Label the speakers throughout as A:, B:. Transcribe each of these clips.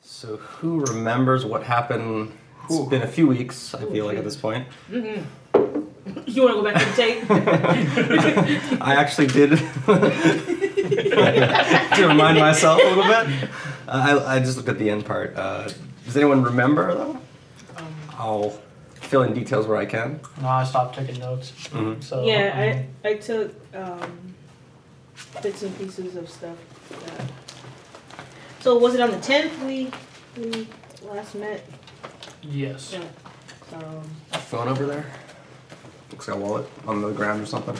A: So who remembers what happened? It's been a few weeks, I feel like, at this point.
B: Mm-hmm. You want to go back and tape?
A: I actually did to remind myself a little bit. Uh, I, I just looked at the end part. Uh, does anyone remember though?
B: Um,
A: I'll fill in details where I can.
C: No, I stopped taking notes.
A: Mhm.
C: So
B: yeah, I, I took um, bits and pieces of stuff. That. So was it on the tenth we we last met?
C: um, yes.
B: Yeah. Um,
A: Phone over there. Looks like a wallet on the ground or something.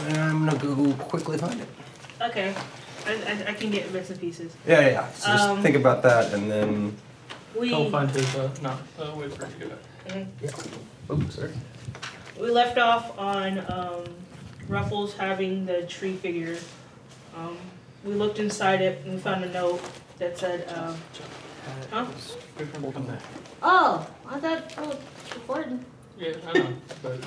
A: I'm gonna go quickly find it.
B: okay, I, I, I can get bits and pieces.
A: Yeah, yeah. yeah. So just
B: Um,
A: think about that, and then.
B: We
C: Go find his. Uh, no, uh, wait for it to get back.
A: Oops, sorry.
B: we left off on um, Ruffles having the tree figure. Um, we looked inside it and we found a note that said, um, "Huh?
C: Come back.
B: Oh, I thought oh, it's recording."
C: Yeah, I know. But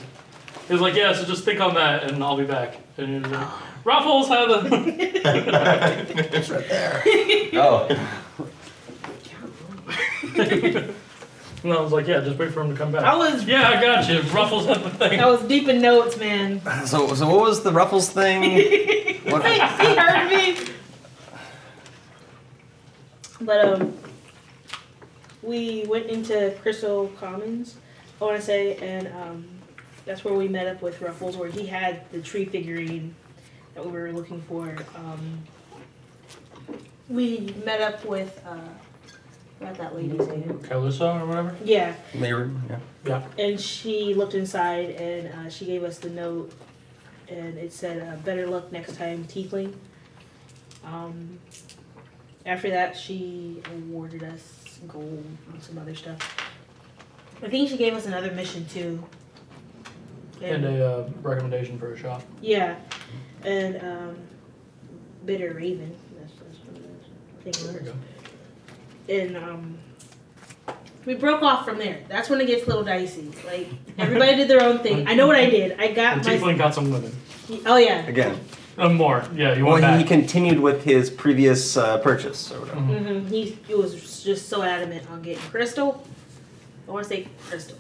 C: he was like, yeah, so just think on that, and I'll be back. And he was like, Ruffles had a.
A: It's right there.
D: Oh,
C: and I was like, yeah, just wait for him to come back.
B: I was
C: yeah, I got you. Ruffles had the thing.
B: I was deep in notes, man.
A: So, so what was the Ruffles thing? What-
B: he heard me. But um, we went into Crystal Commons, I want to say, and um, that's where we met up with Ruffles, where he had the tree figurine that we were looking for. Um, we met up with uh, not that lady's name.
C: Calypso or whatever?
B: Yeah,
A: Maybe, yeah.
C: Yeah.
B: and she looked inside and uh, she gave us the note, and it said, uh, "Better luck next time, Tiefling." Um, after that, she awarded us gold and some other stuff. I think she gave us another mission too.
C: And a uh, recommendation for a shop.
B: yeah, and um, bitter raven. That's, that's what it is. I think
C: There you
B: it
C: go.
B: was. And um, we broke off from there. That's when it gets a little dicey. Like everybody did their own thing. I know what I did. I
C: And
B: got my
C: Tiefling got some women.
B: Oh yeah.
A: Again,
C: Uh, more. Yeah, you
A: well,
C: want
A: he, he
C: back.
A: continued with his previous uh, purchase or whatever.
B: hmm He, he was just so adamant on getting Crystal. I want to say Crystal.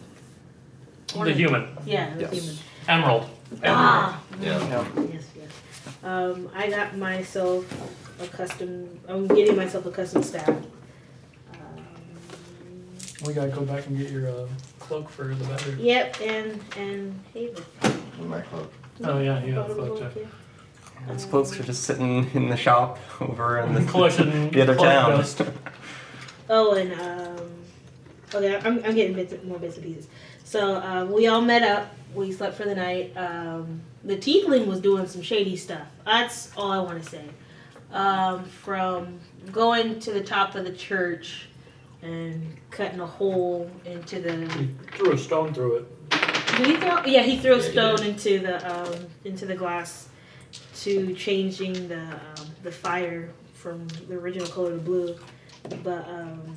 B: I wanna-
C: The human.
B: Yeah, the
A: Yes.
B: human.
C: Emerald.
B: Ah.
D: yeah.
B: Yes, yes. Um, I got myself a custom. I'm getting myself a custom staff. Um,
C: We gotta go back and get your uh, cloak for the better.
B: yep, and and Haven.
D: In my cloak.
C: Oh, yeah, yeah, the cloak too.
A: His clothes are just sitting in the shop over in the,
C: Collection.
A: the other
C: cloak
A: town.
C: dust.
B: Oh, and um, okay, I'm, I'm getting bits, more bits and pieces. So um, we all met up. We slept for the night. Um, the tiefling was doing some shady stuff. That's all I want to say. Um, from going to the top of the church and cutting a hole into the.
C: He threw a stone through it.
B: Did he throw? Yeah, he threw a
D: Yeah, he
B: stone into the um, into the glass to changing the um, the fire from the original color to blue. But um,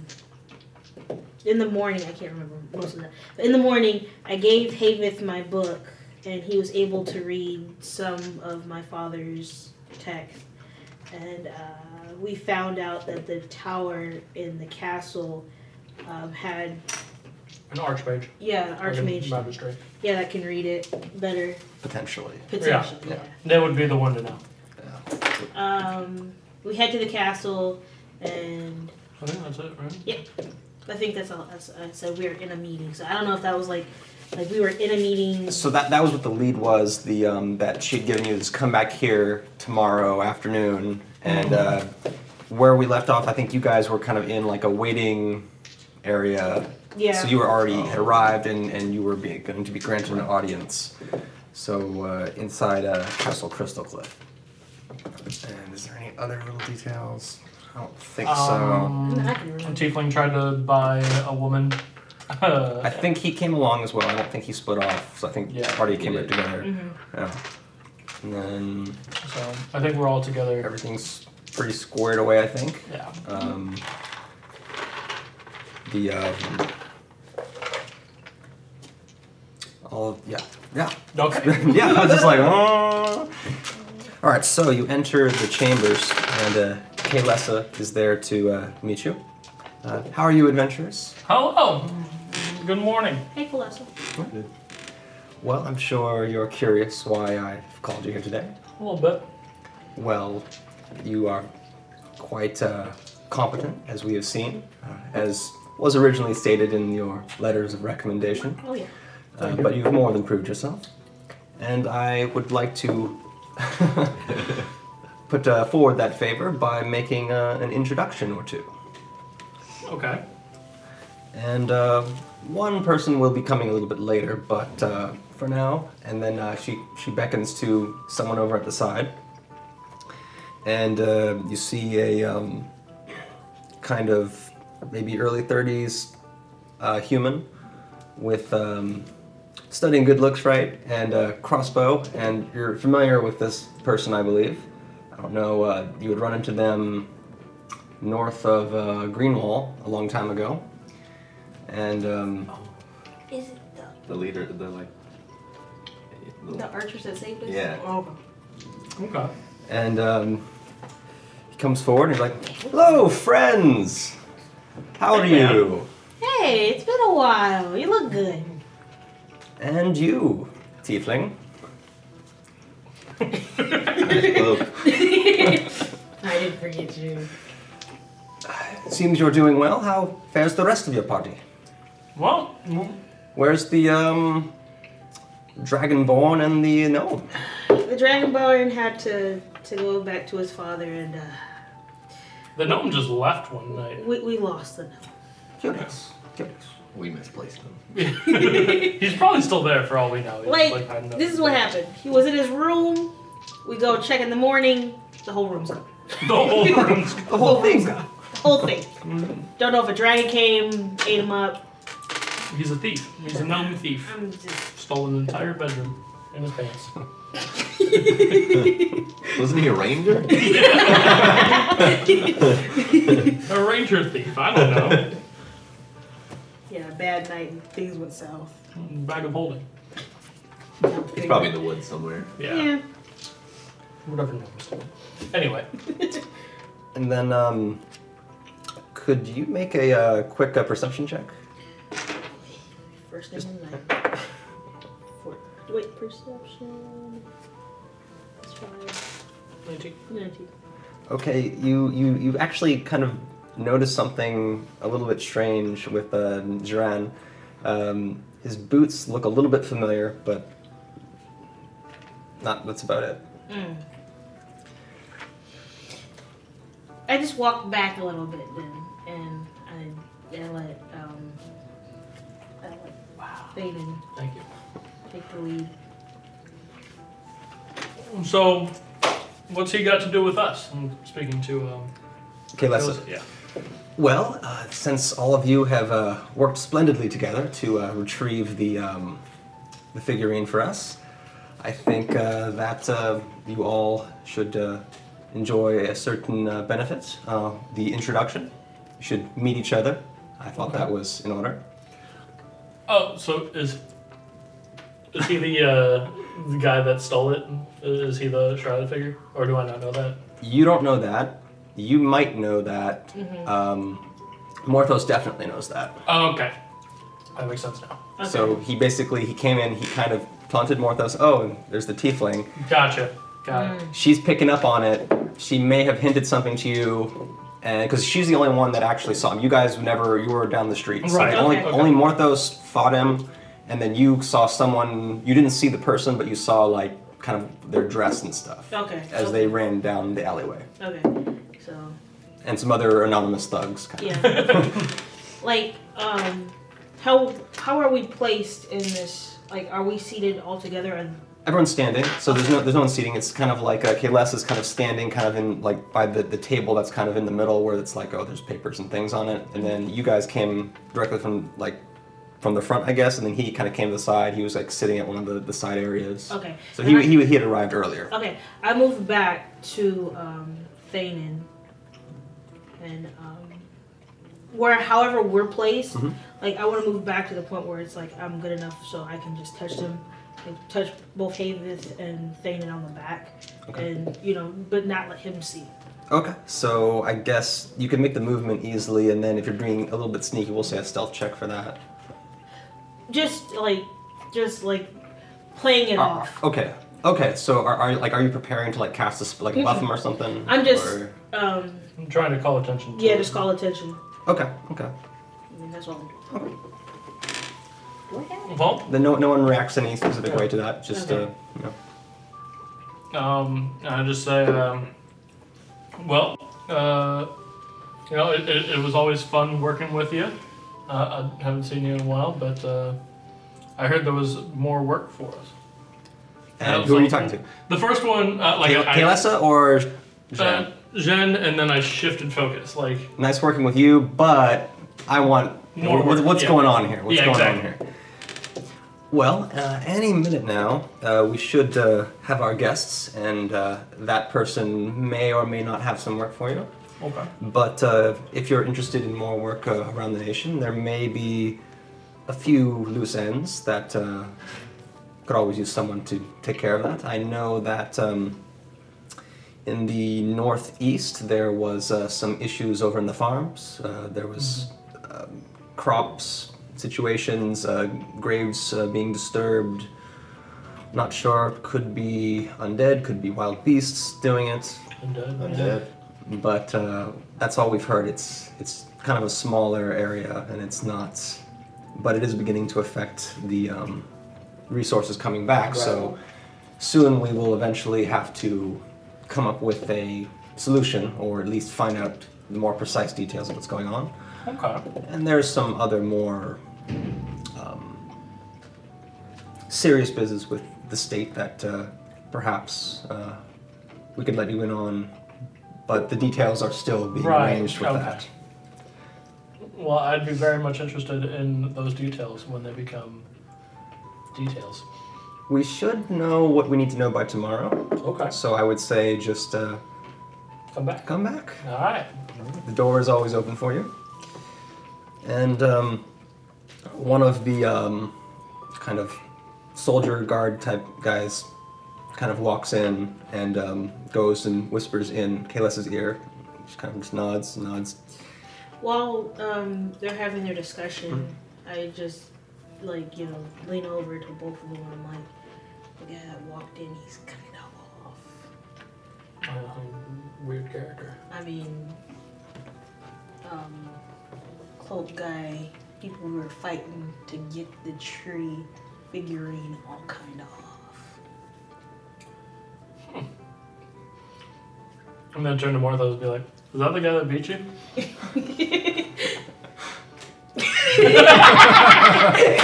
B: in the morning, I can't remember most of that. But in the morning, I gave Havith my book, and he was able to read some of my father's text. And uh, we found out that the tower in the castle um, had
C: An archmage.
B: yeah
C: Like a
B: archmage
C: Magistrate.
B: yeah, that can read it better
A: potentially.
B: potentially. Yeah.
C: That would be the one to know.
B: Um, we head to the castle, and
C: I think Oh, that's it, right?
B: I think that's all. That's, I said we were in a meeting, so I don't know if that was like, like we were in a meeting.
A: So that that was what the lead was. The um, that she'd given you is come back here tomorrow afternoon, and uh, where we left off, I think you guys were kind of in like a waiting area.
B: Yeah.
A: So you were already had arrived, and and you were being, going to be granted an audience. So uh, inside uh, Castle Crystal Cliff. And is there any other little details? I don't think so.
B: No, I
C: Um,
B: can remember.
C: Tiefling tried to buy a woman.
A: I think he came along as well. I don't think he split off. So I think
C: Yeah,
A: the party
C: he
A: came up
C: did.
A: together.
B: Mhm.
A: Yeah. And then
C: so I think we're all together.
A: Everything's pretty squared away, I think.
C: Yeah.
A: Um, the um, all yeah yeah
C: Okay.
A: yeah. I was just like, oh. All right, so you enter the chambers, and uh, Kalesa is there to uh, meet you. Uh, how are you, adventurers?
C: Hello. Good morning.
B: Hey, Colossal.
A: Well, I'm sure you're curious why I've called you here today.
C: A little bit.
A: Well, you are quite uh, competent, as we have seen, uh, as was originally stated in your letters of recommendation.
B: Oh yeah.
A: Uh, but you've more than proved yourself. And I would like to put uh, forward that favor by making uh, an introduction or two.
C: Okay.
A: And uh, one person will be coming a little bit later, but uh, for now. And then uh, she she beckons to someone over at the side, and uh, you see a um, kind of maybe early thirties uh, human with um, studying good looks right and a crossbow. And you're familiar with this person, I believe. I don't know. Uh, you would run into them north of uh, Greenwall a long time ago. And um,
E: Is it the,
D: The leader, the like. the-
E: the archers that saved us?
D: Yeah.
B: Oh,
C: Okay.
A: and um, he comes forward and he's like, "Hello, friends. How are
D: Hey, man.
A: you?
B: hey, it's been a while. You look good.
A: And you, Tiefling?
D: Nice cloak.
E: I didn't forget you.
A: Seems you're doing well. How fares the rest of your party?
C: Well, mm,
A: Where's the um, Dragonborn and the gnome?
B: The Dragonborn had to to go back to his father, and uh,
C: the gnome just left one night.
B: we we lost him.
A: Curious, curious.
D: We misplaced him.
C: He's probably still there for all we know. He's
B: Like
C: hiding up.
B: this is what happened. He was in his room. We go check in the morning. The whole room's gone.
C: The whole room's
A: The whole thing.
B: Whole thing. Don't know if a dragon came, ate him up.
C: He's a thief. He's a gnome thief.
B: I'm just.
C: Stole an entire bedroom in his pants.
D: Wasn't he a ranger?
C: A ranger thief. I don't know.
B: Yeah, bad night and things went south.
C: Bag of holding.
D: He's probably in the woods somewhere.
C: Yeah. Whatever gnomes do. Anyway.
A: And then, um, could you make a uh, quick uh, perception check?
B: First name and night. Four. Wait, perception. Let's try
C: 19.
B: 19.
A: Okay, you, you, you actually kind of notice something a little bit strange with uh, Jiran. Um, his boots look a little bit familiar, but not. That's about it.
B: Mm. I just walked back a little bit then, and I, I let um, I let wow. Faden
C: Thank you.
B: take the lead.
C: So, what's he got to do with us? I'm speaking to. Um,
A: Okay, let's.
C: Joseph. yeah.
A: Well, uh, since all of you have uh, worked splendidly together to uh, retrieve the, um, the figurine for us, I think uh, that uh, you all should uh, enjoy a certain uh, benefit. Uh, the introduction, you should meet each other. I thought that was in order.
C: Oh, so is is he the uh, the guy that stole it? Is he the shrouded figure, or do I not know that?
A: You don't know that. You might know that. Um, Morthos definitely knows that.
C: Oh, okay, that makes sense now.
A: So he basically he came in. He kind of taunted Morthos. Oh, and there's the tiefling.
C: Gotcha. Got it.
A: she's picking up on it. She may have hinted something to you, and because she's the only one that actually saw him. You guys never you were down the street, so
C: Right,
A: the only
C: okay.
A: only Morthos fought him, and then you saw someone. You didn't see the person, but you saw like kind of their dress and stuff
B: Okay.
A: as they ran down the alleyway,
B: Okay. So
A: and some other anonymous thugs. Kind of.
B: yeah, like um, how how are we placed in this? Like, are we seated all together? And
A: Everyone's standing, so there's no there's no one seating. It's kind of like uh, Kales is kind of standing, kind of in like by the, the table that's kind of in the middle where it's like oh there's papers and things on it, and then you guys came directly from like from the front I guess, and then he kind of came to the side. He was like sitting at one of the, the side areas.
B: okay.
A: So
B: Then
A: he,
B: I-
A: he he had arrived earlier.
B: Okay, I moved back to um, Thanen, and um, where however we're placed,
A: Mhm.
B: like I want to move back to the point where it's like I'm good enough so I can just touch them, like, touch both Havith and Thanen on the back,
A: Okay.
B: and you know, but not let him see.
A: Okay, so I guess you can make the movement easily, and then if you're being a little bit sneaky, we'll say a stealth check for that.
B: Just like, just like playing it
A: Ah,
B: off.
A: okay, okay. So are, are like are you preparing to like cast a sp- like buff him or something?
B: I'm just-
A: or-
B: Um,
C: I'm trying to call attention to
B: yeah,
C: it.
B: just call attention.
A: okay, okay.
B: I mean, that's all. I'm doing.
C: Well,
A: Then no no one reacts any specific way to that. Just
B: Okay.
A: uh, you know.
C: um, I just say, um, well, uh, you know, it, it, it was always fun working with you. Uh, I haven't seen you in a while, but uh, I heard there was more work for us.
A: And
C: I
A: who are you
C: was
A: talking
C: like-
A: to?
C: The first one, uh, like,
A: Kay-
C: I-
A: Kaylessa or Jean?
C: uh, Jen, and then I shifted focus. Like,
A: nice working with you, but I want
C: More
A: what-
C: work,
A: what's
C: yeah.
A: going on here? What's
C: Yeah,
A: going on
C: exactly.
A: here? Well, uh, any minute now, uh, we should uh, have our guests, and uh, that person may or may not have some work for you.
C: okay.
A: But uh, if you're interested in more work uh, around the nation, there may be a few loose ends that uh, could always use someone to take care of that. I know that um, in the northeast there was uh, some issues over in the farms. Uh, there was um, crops situations, uh, graves uh, being disturbed. Not sure. Could be undead. Could be wild beasts doing it
C: Undead.
D: Undead.
A: but uh, that's all we've heard. It's it's kind of a smaller area, and it's not, but it is beginning to affect the um, resources coming back. So soon we will eventually have to come up with a solution, or at least find out the more precise details of what's going on.
C: Okay.
A: And there's some other more um, serious business with the state that uh, perhaps uh, we could let you in on, but the details are still being
C: Right,
A: arranged with
C: okay.
A: that.
C: Well, I'd be very much interested in those details when they become details.
A: We should know what we need to know by tomorrow,
C: Okay.
A: so I would say just uh,
C: Come back.
A: come back.
C: All right.
A: The door is always open for you. And um, one of the um, kind of soldier guard type guys kind of walks in and um, goes and whispers in Kales's ear. She kind of just nods, nods.
B: While um, they're having their discussion, I just like you know lean over to both of them and I'm like, the guy that walked in, he's kind of off.
C: Um, weird character.
B: I mean, um, cloak guy, people were fighting to get the tree figurine all kind of off.
C: I'm gonna turn to Martha and be like, "Is that the guy that beat you?"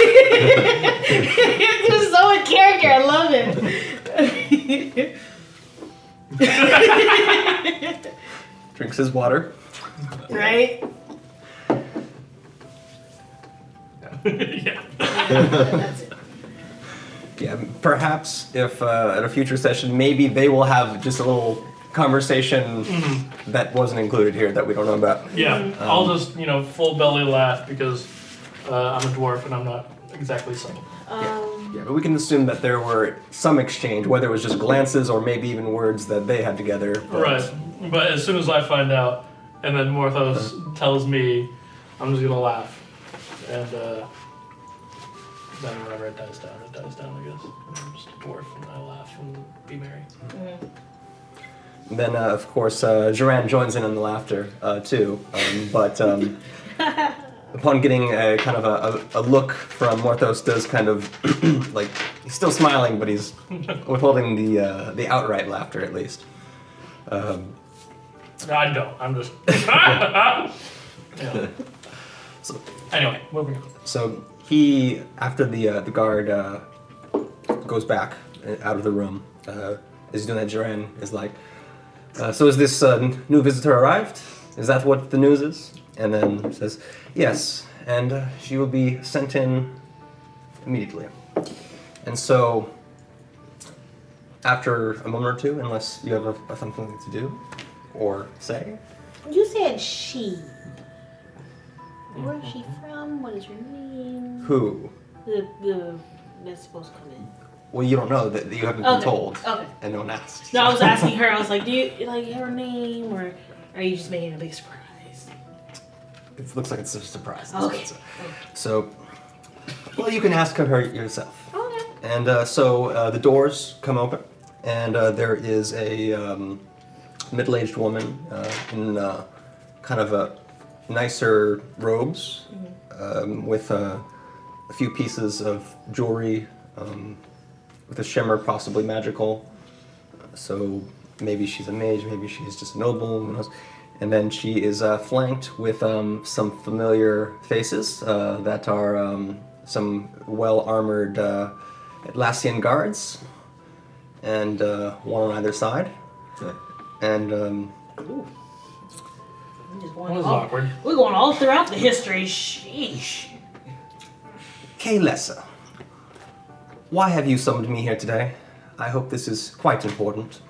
B: it's just so in character. I love it.
A: Drinks his water.
B: right?
C: yeah.
E: That's it.
A: Yeah, perhaps if uh, at a future session, maybe they will have just a little conversation that wasn't included here that we don't know about.
C: Yeah. I'll just you know full belly laugh because uh, I'm a dwarf and I'm not exactly subtle.
B: Um,
A: Yeah, but we can assume that there were some exchange, whether it was just glances or maybe even words that they had together. but-
C: Right. But as soon as I find out, and then Morthos tells me, I'm just gonna laugh, and uh, then whenever it dies down, it dies down. I guess I'm just a dwarf and I laugh and be merry.
A: Then, uh, of course, uh, Joran joins in on the laughter uh, too. Um, but um, upon getting a kind of a, a, a look from Morthos, does kind of like he's still smiling, but he's withholding the uh, the outright laughter at least. Um,
C: No, I don't. I'm just. yeah.
A: So-
C: Anyway, moving on.
A: So he, after the uh, the guard uh, goes back uh, out of the room, uh, as he's doing that, Joran is like, uh, "So is this uh, n- new visitor arrived? Is that what the news is?" And then says, "Yes, and uh, she will be sent in immediately." And so, after a moment or two, unless you have a, something to do or say,
B: You said she. Where is she from? What is her name?
A: who
B: The the that's supposed to come in.
A: Well, you don't know that that you haven't been
B: Okay.
A: told,
B: Okay.
A: and no one asked.
B: No, I was asking her. I was like, "Do you like her name, or are you just making a big surprise?"
A: It looks like it's a surprise.
B: Okay.
A: That's what it's- So, well, you can ask her yourself.
B: Okay.
A: And uh, so uh, the doors come open, and uh, there is a um, middle aged woman uh, in uh, kind of a nicer robes um, with uh, a few pieces of jewelry um, with a shimmer, possibly magical. So maybe she's a mage, maybe she's just a noble, who knows. And then she is uh, flanked with um, some familiar faces uh, that are um, some well armored uh, Atlassian guards, and uh, one on either side. And um,
B: We just
C: That
B: going
C: was
B: all,
C: awkward.
B: we're going all throughout the history. Sheesh.
A: Kaylessa, why have you summoned me here today? I hope this is quite important.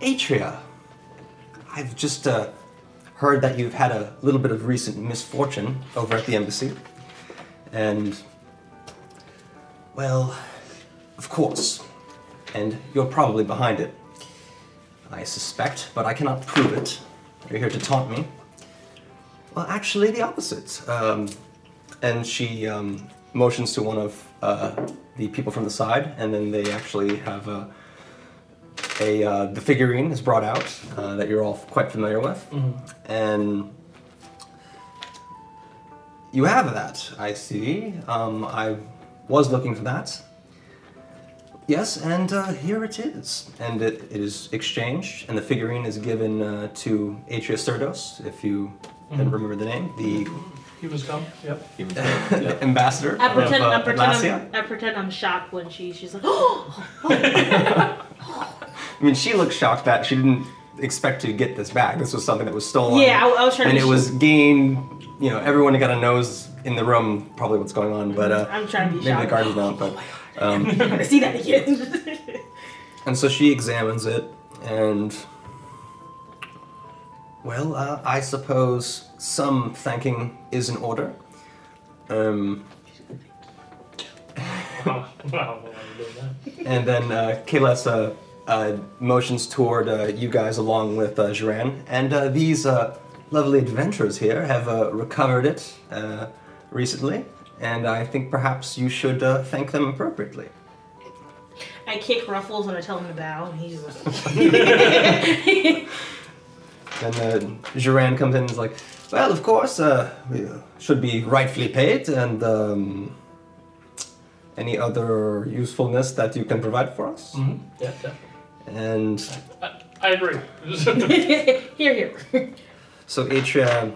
A: Atria, I've just uh, heard that you've had a little bit of recent misfortune over at the embassy. And, well, of course. And you're probably behind it. I suspect, but I cannot prove it. You're here to taunt me. Well, actually, the opposite. Um, and she um, motions to one of uh, the people from the side, and then they actually have a, a uh, the figurine is brought out uh, that you're all quite familiar with, and you have that. I see. Um, I was looking for that. Yes, and uh, here it is. And it, it is exchanged, and the figurine is given uh, to Atria Serdos, if you can remember the name, the
C: He was gone. Yep.
D: Even so, yeah.
A: ambassador
B: I pretend,
A: of uh,
B: I, pretend
A: Atlassian.
B: I'm, I pretend I'm shocked when she, she's like, oh,
A: I mean, she looked shocked that she didn't expect to get this back. This was something that was stolen.
B: Yeah, I- I was trying
A: And
B: to-
A: it was gained. You know, everyone got a nose in the room, probably what's going on. But uh,
B: I'm trying to be
A: maybe the
B: shocked.
A: guards don't. But um,
B: I see that again.
A: and so she examines it, and well, uh, I suppose some thanking is in order. Um,
C: Wow. Wow. well, I'm doing that.
A: and then uh, Kaylessa uh, motions toward uh, you guys along with uh, Joran. And uh, these uh, lovely adventurers here have uh, recovered it uh, recently, and I think perhaps you should uh, thank them appropriately.
B: I kick Ruffles and I tell him to bow, and he's just like,
A: Then uh, Joran comes in and is like, Well, of course, uh, we uh, should be rightfully paid, and um, any other usefulness that you can provide for us?
C: Mhm. Yeah, yeah.
A: And
C: I, I agree.
B: here, here.
A: So Atria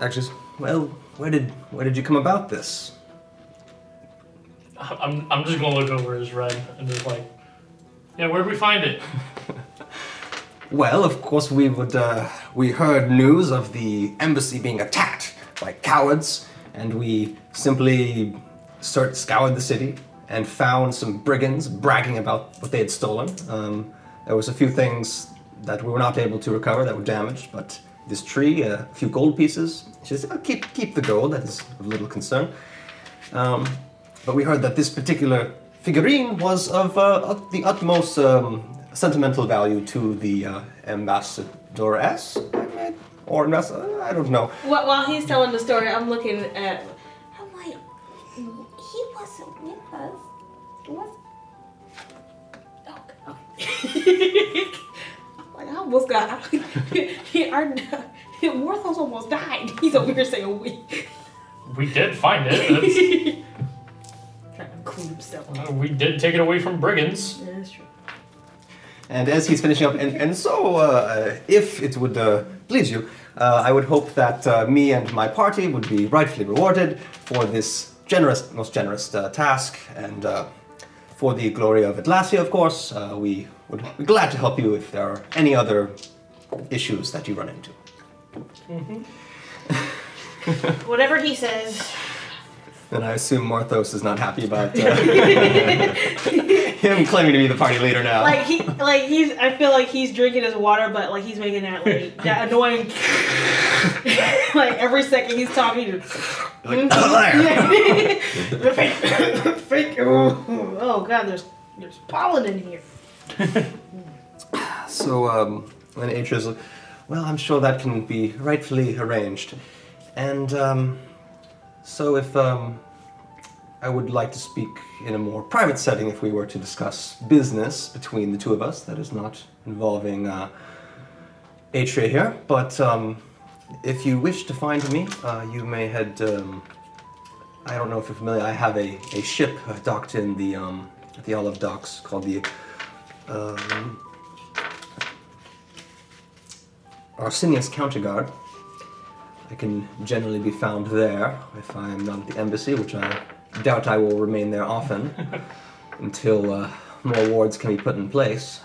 A: actually, s- well, where did where did you come about this?
C: I'm, I'm just gonna look over his red and just like, yeah, where'd we find it?
A: Well, of course we would. Uh, we heard news of the embassy being attacked by cowards, and we simply searched, scoured the city and found some brigands bragging about what they had stolen. Um, there was a few things that we were not able to recover that were damaged, but this tree, a few gold pieces. She says, oh, "Keep keep the gold. That is of little concern." Um, but we heard that this particular figurine was of uh, ut- the utmost um, sentimental value to the uh, ambassadoress, I mean, or ambassador, I don't know.
B: While, while he's telling the story, I'm looking at.
E: I'm like, he wasn't with us. Was
B: Oh, okay. like, I almost got. our, Warthos almost died. He's over here saying we.
C: We did find it.
B: Trying to cool himself.
C: That's, uh, we did take it away from brigands.
B: Yeah, that's true.
A: And as he's finishing up, and, and so uh, if it would uh, please you, uh, I would hope that uh, me and my party would be rightfully rewarded for this generous, most generous uh, task, and uh, for the glory of Atlasia, of course. Uh, we would be glad to help you if there are any other issues that you run into.
B: Whatever he says.
A: And I assume Marthos is not happy about uh, him claiming to be the party leader now.
B: Like he, like he's. I feel like he's drinking his water, but like he's making that like that annoying. like every second he's talking. to-
A: Like, liar.
B: the fake, fake. Oh, oh god, there's there's pollen in here.
A: So, um, and H is like, well, I'm sure that can be rightfully arranged. And, um, so if, um, I would like to speak in a more private setting if we were to discuss business between the two of us that is not involving, uh, Atria here. But, um, if you wish to find me, uh, you may head, um, I don't know if you're familiar, I have a, a ship uh, docked in the, um, at the Olive Docks called the, um, Arsenius Counterguard. I can generally be found there if I am not at the embassy, which I doubt I will remain there often until uh, more wards can be put in place.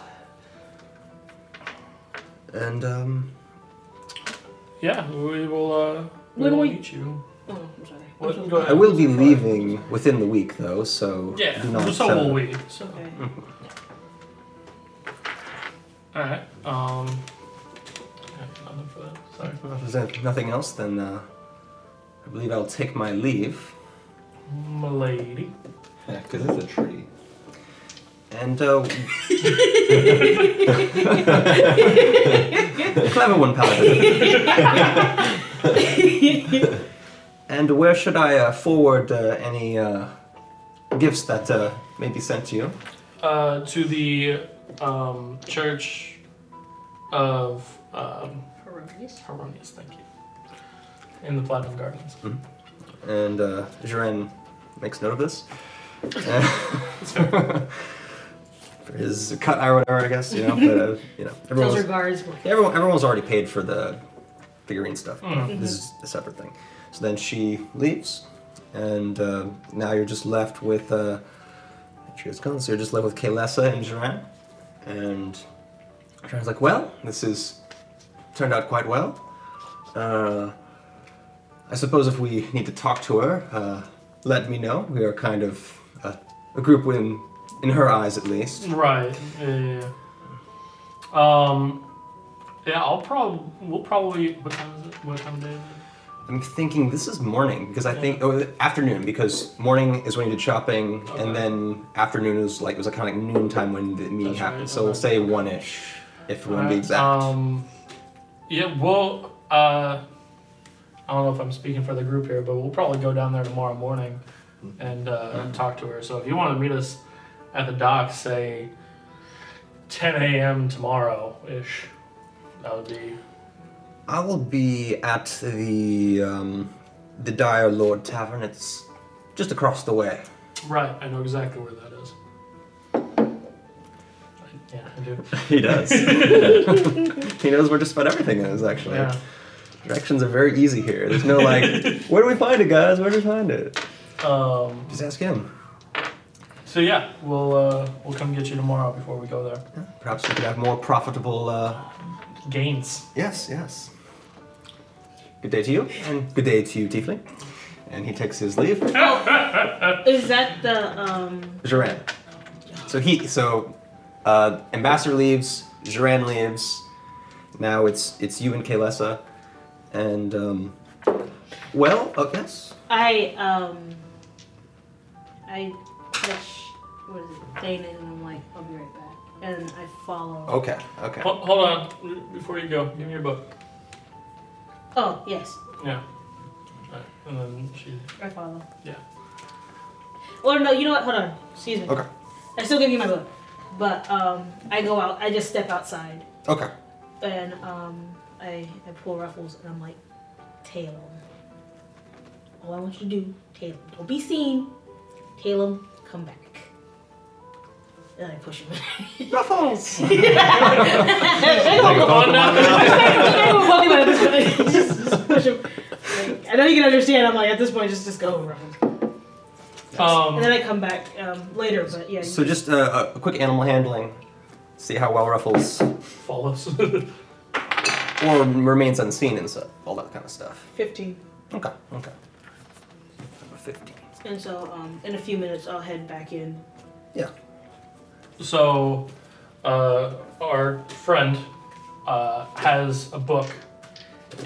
A: And um,
C: Yeah, we will. Uh, we
B: When
C: will
B: we-
C: meet you.
B: Oh, I'm sorry.
C: What- go ahead.
A: I will be leaving within the week, though, so
C: Yeah,
A: do not.
C: so
A: uh,
C: will we. So.
B: Okay.
C: All right. Um. yeah, nothing for that. Sorry.
A: Well, if there's nothing else, then uh, I believe I'll take my leave.
C: Milady.
D: Because it's a tree.
A: And uh, clever one, Paladin. and where should I uh, forward uh, any uh, gifts that uh, may be sent to you?
C: Uh, to the um, church of um,
B: Herodias?
C: Harmonious. Thank you. In the Platinum Gardens.
A: And uh, Jiren makes note of this. for his cut eye or whatever, I guess you know. But uh, you know, everyone
B: Those
A: was,
B: are guards.
A: everyone, everyone was already paid for the figurine stuff. This is a separate thing. So then she leaves, and uh, now you're just left with. Uh, she is gone. So you're just left with Kalesa and Jiren, and Jiren's like, "Well, this is turned out quite well. Uh, I suppose if we need to talk to her, uh, let me know. We are kind of a, a group in, in her eyes, at least.
C: Right. Yeah. yeah, yeah. Um. Yeah, I'll probably we'll probably what time is it? What time of day? Is it?
A: I'm thinking this is morning because I think oh, afternoon because morning is when you did shopping,
C: Okay.
A: and then afternoon is like it was like kind of like noon time when the meeting
C: That's right,
A: happened. So we'll
C: okay.
A: say one ish, if we want to be
C: Alright,
A: exact.
C: Um. Yeah. Well. Uh. I don't know if I'm speaking for the group here, but we'll probably go down there tomorrow morning and uh,
A: Mm-hmm.
C: talk to her. So if you want to meet us at the dock, say 10 a.m. tomorrow ish, that would be.
A: I will be at the um, the Dire Lord Tavern. It's just across the way.
C: Right, I know exactly where that is. Yeah, I do.
A: He does. he knows where just about everything is, actually.
C: Yeah.
A: Directions are very easy here. There's no like, where do we find it, guys? Where do we find it?
C: Um,
A: Just ask him.
C: so yeah, we'll uh, we'll come get you tomorrow before we go there.
A: Perhaps we could have more profitable. Uh...
C: Gains.
A: Yes, yes. Good day to you, and good day to you, Tiefling. And he takes his leave.
B: Is that the um?
A: Joran. So he, so uh, Ambassador leaves, Joran leaves. Now it's it's you and Kalesa, and um, well, oh yes.
B: I um. I touch what is it? Dana, and I'm like, I'll be right back, and I follow.
C: Oh.
A: Okay, okay.
C: Ho- hold on, before you go, give me your book.
B: Oh yes,
C: Yeah. Right, And then she.
B: I follow.
C: Yeah.
B: Or no, you know what? Hold on. Excuse me.
A: Okay.
B: I still give you my book, but um, I go out. I just step outside,
A: Okay.
B: and um, I I pull ruffles, and I'm like, tail him. All I want you to do, tail him. Don't be seen. Tail him. Come back. And I push him.
A: Ruffles.
C: Come on now.
B: just, just push him. Like, I know you can understand. I'm like at this point, just just go ruffles. And then
C: um,
B: I come back um, later, but yeah.
A: So just uh, a, a quick animal handling. See how well Ruffles
C: follows.
A: or remains unseen and so all that kind of stuff.
B: 15.
A: Okay. Okay. Fifteen.
B: And so um, in a few minutes, I'll head back in.
A: Yeah.
C: so uh, our friend uh, has a book,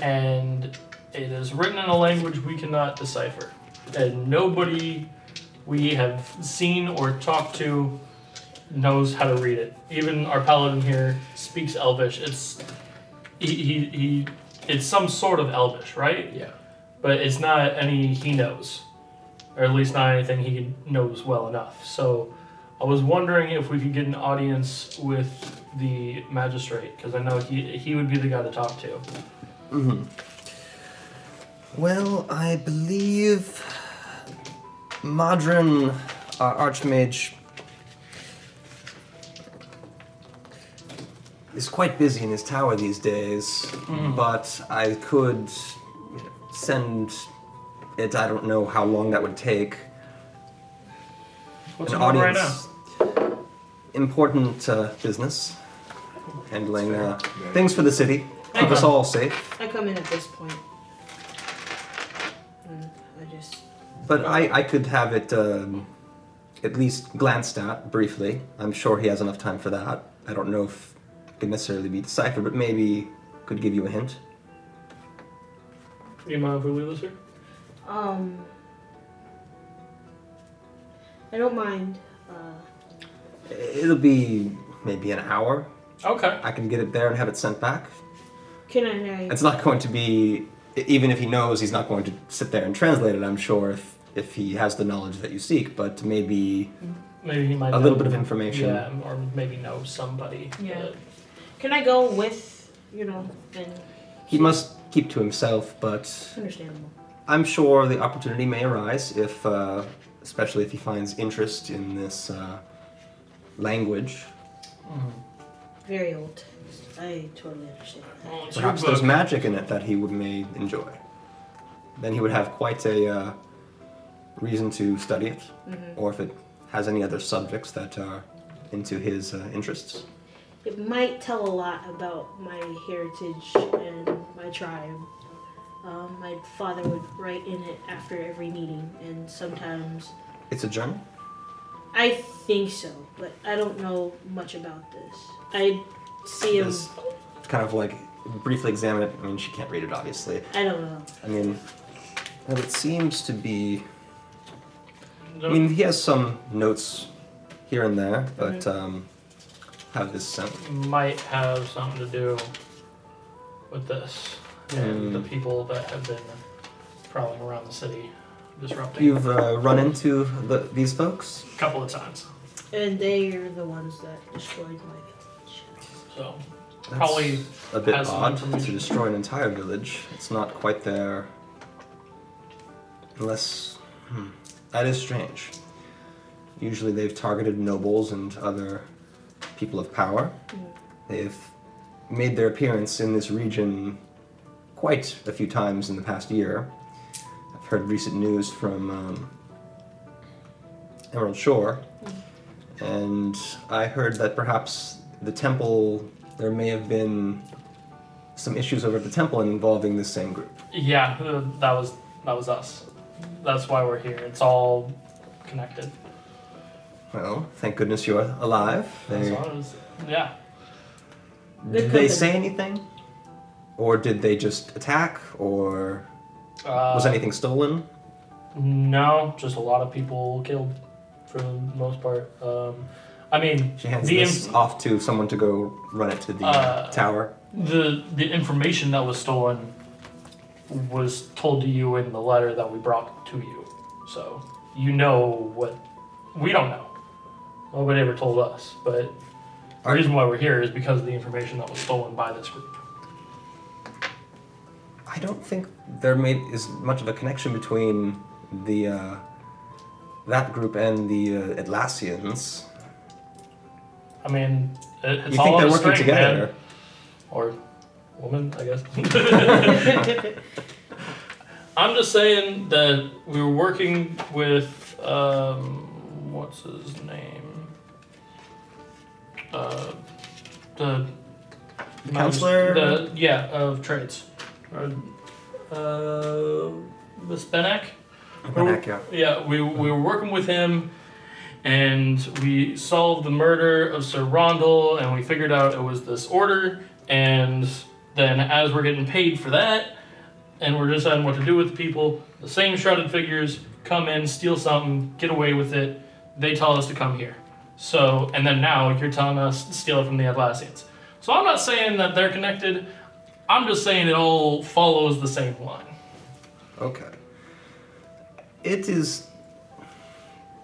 C: and it is written in a language we cannot decipher, and nobody we have seen or talked to knows how to read it. Even our paladin here speaks Elvish. It's he, he, he it's some sort of Elvish, right?
A: Yeah.
C: But it's not any he knows, or at least not anything he knows well enough. So I was wondering if we could get an audience with the magistrate because I know he he would be the guy to talk to.
A: Well, I believe Madrin, our archmage, is quite busy in his tower these days,
C: Hmm.
A: but I could send it, I don't know how long that would take.
C: What's going on right now?
A: Important uh, business. Handling uh, things for the city. Keep us
C: Okay.
A: all safe.
B: I come in at this point. And I just
A: But I, I could have it um, at least glanced at briefly. I'm sure he has enough time for that. I don't know if it can necessarily be deciphered, but maybe could give you a hint.
C: Do you mind if we leave this here?
B: um. I don't mind. Uh,
A: It'll be maybe an hour.
C: Okay.
A: I can get it there and have it sent back.
B: can I?
A: It's not going to be, even if he knows, he's not going to sit there and translate it, I'm sure, if, if he has the knowledge that you seek, but maybe
C: Maybe he might
A: a
C: know-
A: little bit of information.
C: Yeah, or maybe know somebody.
B: Yeah.
C: that-
B: Can I go with you know? And
A: He must keep to himself, but
B: understandable.
A: I'm sure the opportunity may arise if, uh, especially if he finds interest in this uh, language.
C: Mm-hmm.
B: Very old. I totally understand.
C: Well, it's your
A: Perhaps there's
C: book.
A: magic in it that he would may enjoy. Then he would have quite a uh, reason to study it, or if it has any other subjects that are into his uh, interests.
B: It might tell a lot about my heritage and my tribe. Um, my father would write in it after every meeting, and sometimes
A: It's a journal.
B: I think so, but I don't know much about this. I see him.
A: Yes. Kind of like briefly examine it. I mean, she can't read it, obviously.
B: I don't know.
A: I mean, well, it seems to be
C: No-
A: I mean, he has some notes here and there, but um, have this sent.
C: might have something to do with this
A: Hmm.
C: and the people that have been prowling around the city, disrupting
A: You've uh, run into the, these folks.
C: a couple of times.
B: And they are the ones that destroyed my village.
C: So
A: That's
C: probably
A: a bit
C: has some
A: odd to
C: information.
A: destroy an entire village. It's not quite there. Unless. Hmm, that is strange. Usually they've targeted nobles and other people of power. They've made their appearance in this region quite a few times in the past year. I've heard recent news from um, Emerald Shore, and I heard that perhaps the temple, there may have been some issues over at the temple involving this same group.
C: yeah, uh, that was that was us. That's why we're here. It's all connected.
A: Well, thank goodness you're alive.
C: That's
A: They,
C: all it is. yeah.
A: did
B: Good
A: they
B: company.
A: say anything? Or did they just attack? Or
C: Uh,
A: was anything stolen?
C: No, just a lot of people killed for the most part. Um, I mean,
A: She hands
C: the,
A: this
C: inf-
A: off to someone to go run it to the
C: Uh,
A: tower.
C: the the information that was stolen was told to you in the letter that we brought to you. So you know what we don't know. Nobody ever told us, but the
A: Are-
C: reason why we're here is because of the information that was stolen by this group.
A: I don't think there may is much of a connection between the uh, that group and the uh, Atlassians.
C: I mean, it, it's
A: you
C: all
A: think
C: on
A: they're
C: a
A: working
C: string,
A: together?
C: man. or woman, I guess. I'm just saying that we were working with um, what's his name, uh, the
A: The counselor?
C: the yeah of trades, uh, uh, Miss Benek.
A: Benek, yeah.
C: Yeah, we we were working with him and we solved the murder of Sir Rondel, and we figured out it was this order. And then, as we're getting paid for that, and we're deciding what to do with the people, the same shrouded figures come in, steal something, get away with it. They tell us to come here. So, and then now you're telling us to steal it from the Atlassians. So I'm not saying that they're connected. I'm just saying it all follows the same line.
A: Okay. It is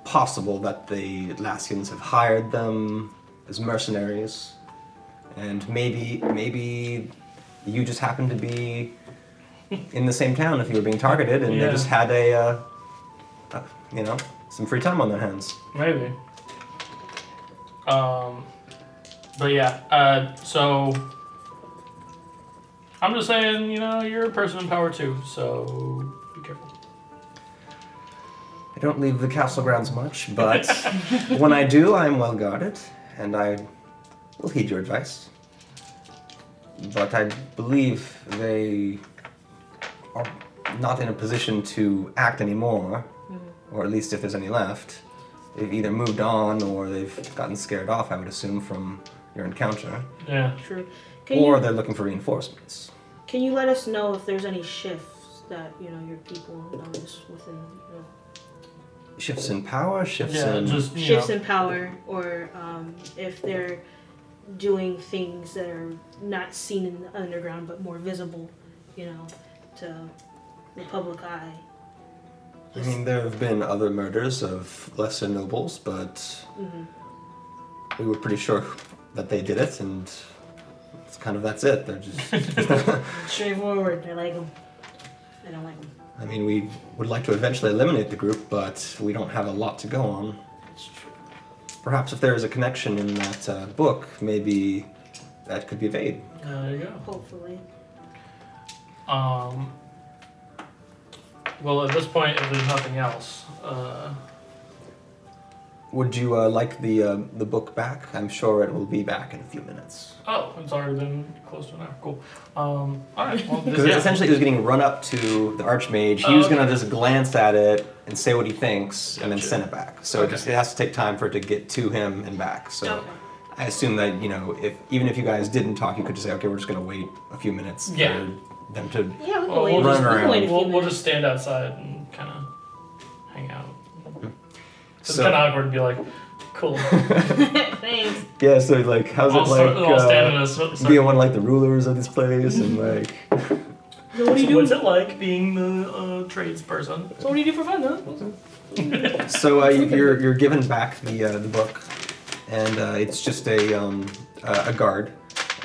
A: possible that the Atlassians have hired them as mercenaries, and maybe maybe you just happened to be in the same town if you were being targeted, and
C: Yeah.
A: they just had a, uh, uh, you know, some free time on their hands.
C: Maybe. Um, but yeah, uh, so I'm just saying, you know, you're a person in power too, so be careful.
A: I don't leave the castle grounds much, but when I do, I'm well guarded, and I will heed your advice. But I believe they are not in a position to act anymore,
B: Mm-hmm.
A: or at least if there's any left. They've either moved on or they've gotten scared off, I would assume, from your encounter,
C: Yeah.
B: True. Can
A: or
B: you
A: they're looking for reinforcements.
B: can you let us know if there's any shifts that you know your people notice within you know,
A: Shifts in power, shifts
C: Yeah,
A: in.
C: just, you
B: shifts
C: know.
B: in power, or um, if they're doing things that are not seen in the underground but more visible, you know, to the public eye.
A: I mean, there have been other murders of lesser nobles, but
B: Mhm.
A: we were pretty sure that they did it, and it's kind of that's it. They're just.
B: Straightforward. I like them. I don't like them.
A: I mean, we would like to eventually eliminate the group, but we don't have a lot to go on. Perhaps if there is a connection in that uh, book, maybe that could be evaded.
C: There you go.
B: Hopefully.
C: Um, well, at this point, if there's nothing else, uh,
A: Would you uh, like the uh, the book back? I'm sure it will be back in a few minutes.
C: oh, it's already been close to an hour. Cool. Um, all right. Well,
A: Because
C: this, yeah.
A: essentially, it was getting run up to the archmage. He
C: Oh,
A: was
C: okay.
A: gonna just glance at it and say what he thinks, and then
C: Gotcha.
A: send it back. So it,
C: Okay.
A: just, it has to take time for it to get to him and back. So.
B: Okay.
A: I assume that you know, if even if you guys didn't talk, you could just say, okay, we're just gonna wait a few minutes
C: Yeah.
A: for them to.
B: Yeah, we can
C: Oh, Well,
B: wait.
C: we'll
B: we
A: just-
B: can
A: Run
B: wait a few
C: We'll, we'll
B: minutes.
C: just stand outside and kind of hang out. It's
A: So-
C: kind of awkward to be like, cool.
B: Thanks.
A: Yeah, so like, how's
C: I'll,
A: it like
C: start, I'll stand in
A: uh,
C: a cir-
A: being
C: circle.
A: one of like the rulers of this place and like?
B: So what do you do?
C: What's it like being the uh, tradesperson?
B: So what do you do for fun, huh?
A: So uh, you- you're you're given back the uh, the book, and uh, it's just a um, uh, a guard,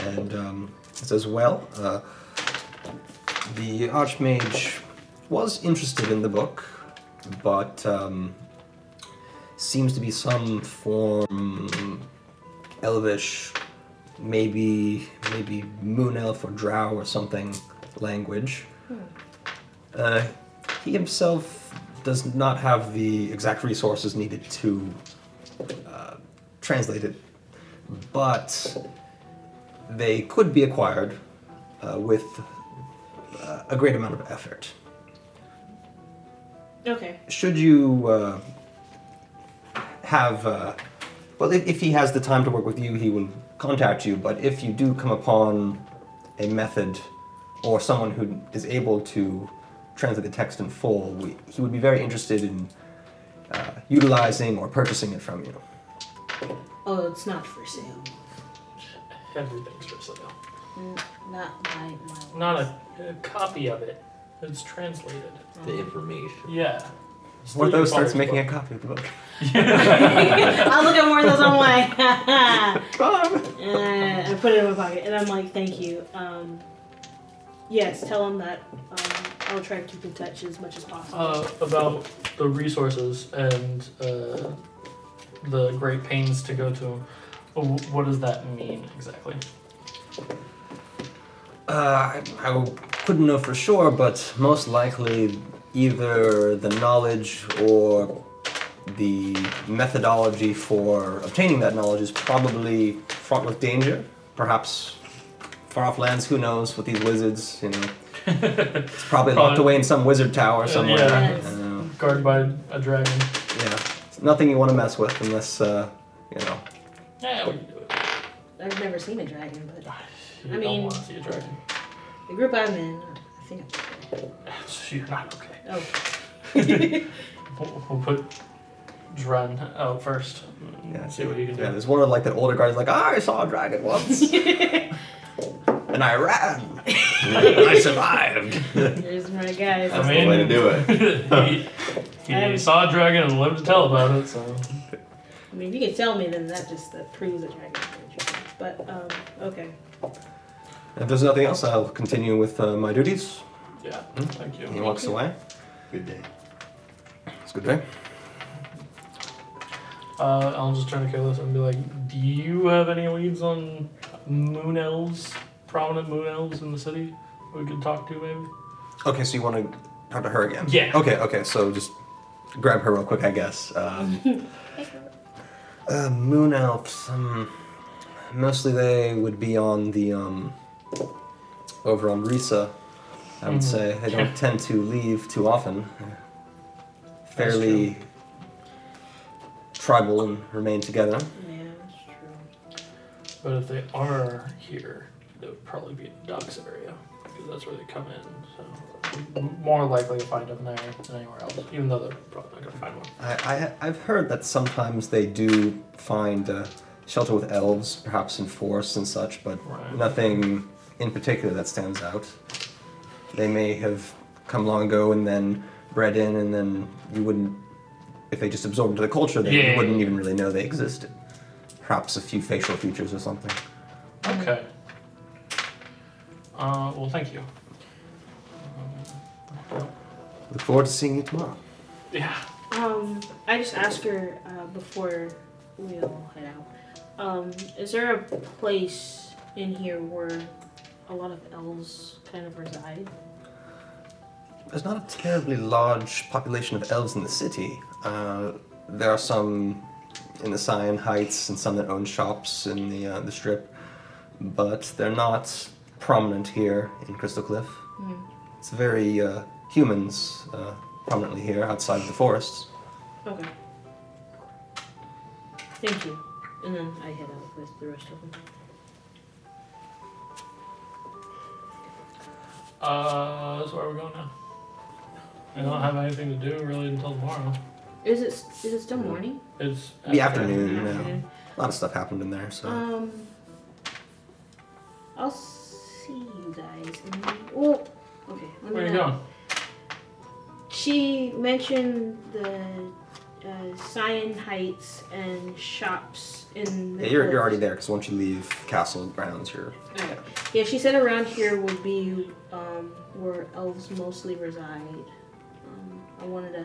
A: and um, it says, well, uh, the archmage was interested in the book, but um, seems to be some form elvish, maybe maybe moon elf or drow or something language. Uh, he himself does not have the exact resources needed to uh, translate it, but they could be acquired uh, with uh, a great amount of effort.
B: Okay.
A: Should you uh, have, uh, well, if, if he has the time to work with you, he will contact you, but if you do come upon a method or someone who is able to translate the text in full, we, he would be very interested in uh, utilizing or purchasing it from you.
B: Oh, it's not for sale.
C: Everything's for sale.
B: Not my my.
C: Not a, a copy of it. It's translated.
D: The information.
C: Yeah. It's through your
A: Wartho starts
C: father's
A: making a
C: book.
A: copy of the book.
B: I'll look at more of those online. and
A: Mom!
B: I put it in my pocket, and I'm like, "Thank you." Um, yes, tell him that um, I'll try to keep in touch as much as possible.
C: uh, about the resources and uh, the great pains to go to. Wh- What does that mean exactly?
A: Uh, I, I couldn't know for sure, but most likely either the knowledge or the methodology for obtaining that knowledge is probably fraught with danger. Perhaps far off lands, who knows, with these wizards, you know. It's probably locked
C: Probably-
A: away in some wizard tower somewhere.
C: yeah.
B: Yes.
A: I don't know.
C: Guarded by a dragon.
A: Yeah. It's Nothing you want to mess with unless, uh, you know.
C: Yeah, we can do it.
B: I've never seen a dragon, but
C: You
B: I
C: don't
B: mean-
C: want to see a dragon.
B: the group I'm in, I think.
C: So you're not okay.
B: I'm, oh,
C: We'll, we'll put Dren out first. and
A: Yeah,
C: see what he can do.
A: Yeah, there's one of like that older guy who's like, I saw a dragon once, and I ran, and I survived.
B: there's my guys.
D: That's the way to do
C: it. he he
B: Um,
C: saw a dragon and lived to tell about it, so.
B: I mean, if you can tell me, then that just that proves that dragon. But um, okay.
A: If there's nothing else, I'll continue with uh, my duties.
C: Yeah, thank
A: And he
C: you.
A: walks away.
D: Good day.
A: It's a good day.
C: Uh, I'll just turn to Kalis and be like, Do you have any leads on moon elves, prominent moon elves in the city we could talk to, maybe?
A: Okay, so you want to talk to her again?
C: Yeah.
A: Okay, okay, so just grab her real quick, I guess. Um, uh, moon elves, um, mostly they would be on the, um, over on Risa, I would
C: Mhm.
A: say. They don't tend to leave too often. Fairly tribal and remain together.
B: Yeah, that's true.
C: But if they are here, they would probably be in the docks area because that's where they come in. So m- more likely to find them there than anywhere else, even though they're probably not gonna find one.
A: I, I, I've heard that sometimes they do find uh, shelter with elves, perhaps in forests and such, but
C: Right.
A: nothing in particular that stands out. They may have come long ago and then bred in, and then you wouldn't, if they just absorbed into the culture, then
C: Yeah.
A: you wouldn't even really know they existed. Perhaps a few facial features or something.
C: Okay. Uh, well, thank you. Um,
A: Look forward to seeing you tomorrow.
C: Yeah.
B: Um, I just asked her uh, before we all head out. Um, is there a place in here where a lot of elves kind of reside?
A: There's not a terribly large population of elves in the city. Uh, there are some in the Scion Heights and some that own shops in the uh, the Strip, but they're not prominent here in Crystal Cliff.
B: Mm-hmm.
A: It's very uh, humans uh, prominently here outside of the forests.
B: Okay. Thank you. And then I head out with the rest of them.
C: Uh, so where are we going now? I don't have anything to do really until tomorrow.
B: Is it is it still morning?
C: It's
A: The
C: Mm-hmm.
A: afternoon,
B: Afternoon.
A: yeah. A lot of stuff happened in there, so.
B: Um, I'll see you guys. In the, well, okay. Let
C: Where are
B: me
C: you
B: know.
C: going?
B: She mentioned the uh, Scion Heights and shops in. The
A: yeah, you're, you're already there because once you leave Castle Grounds, you're.
B: Alright. Yeah, she said around here would be um, where elves mostly reside. Um, I wanted to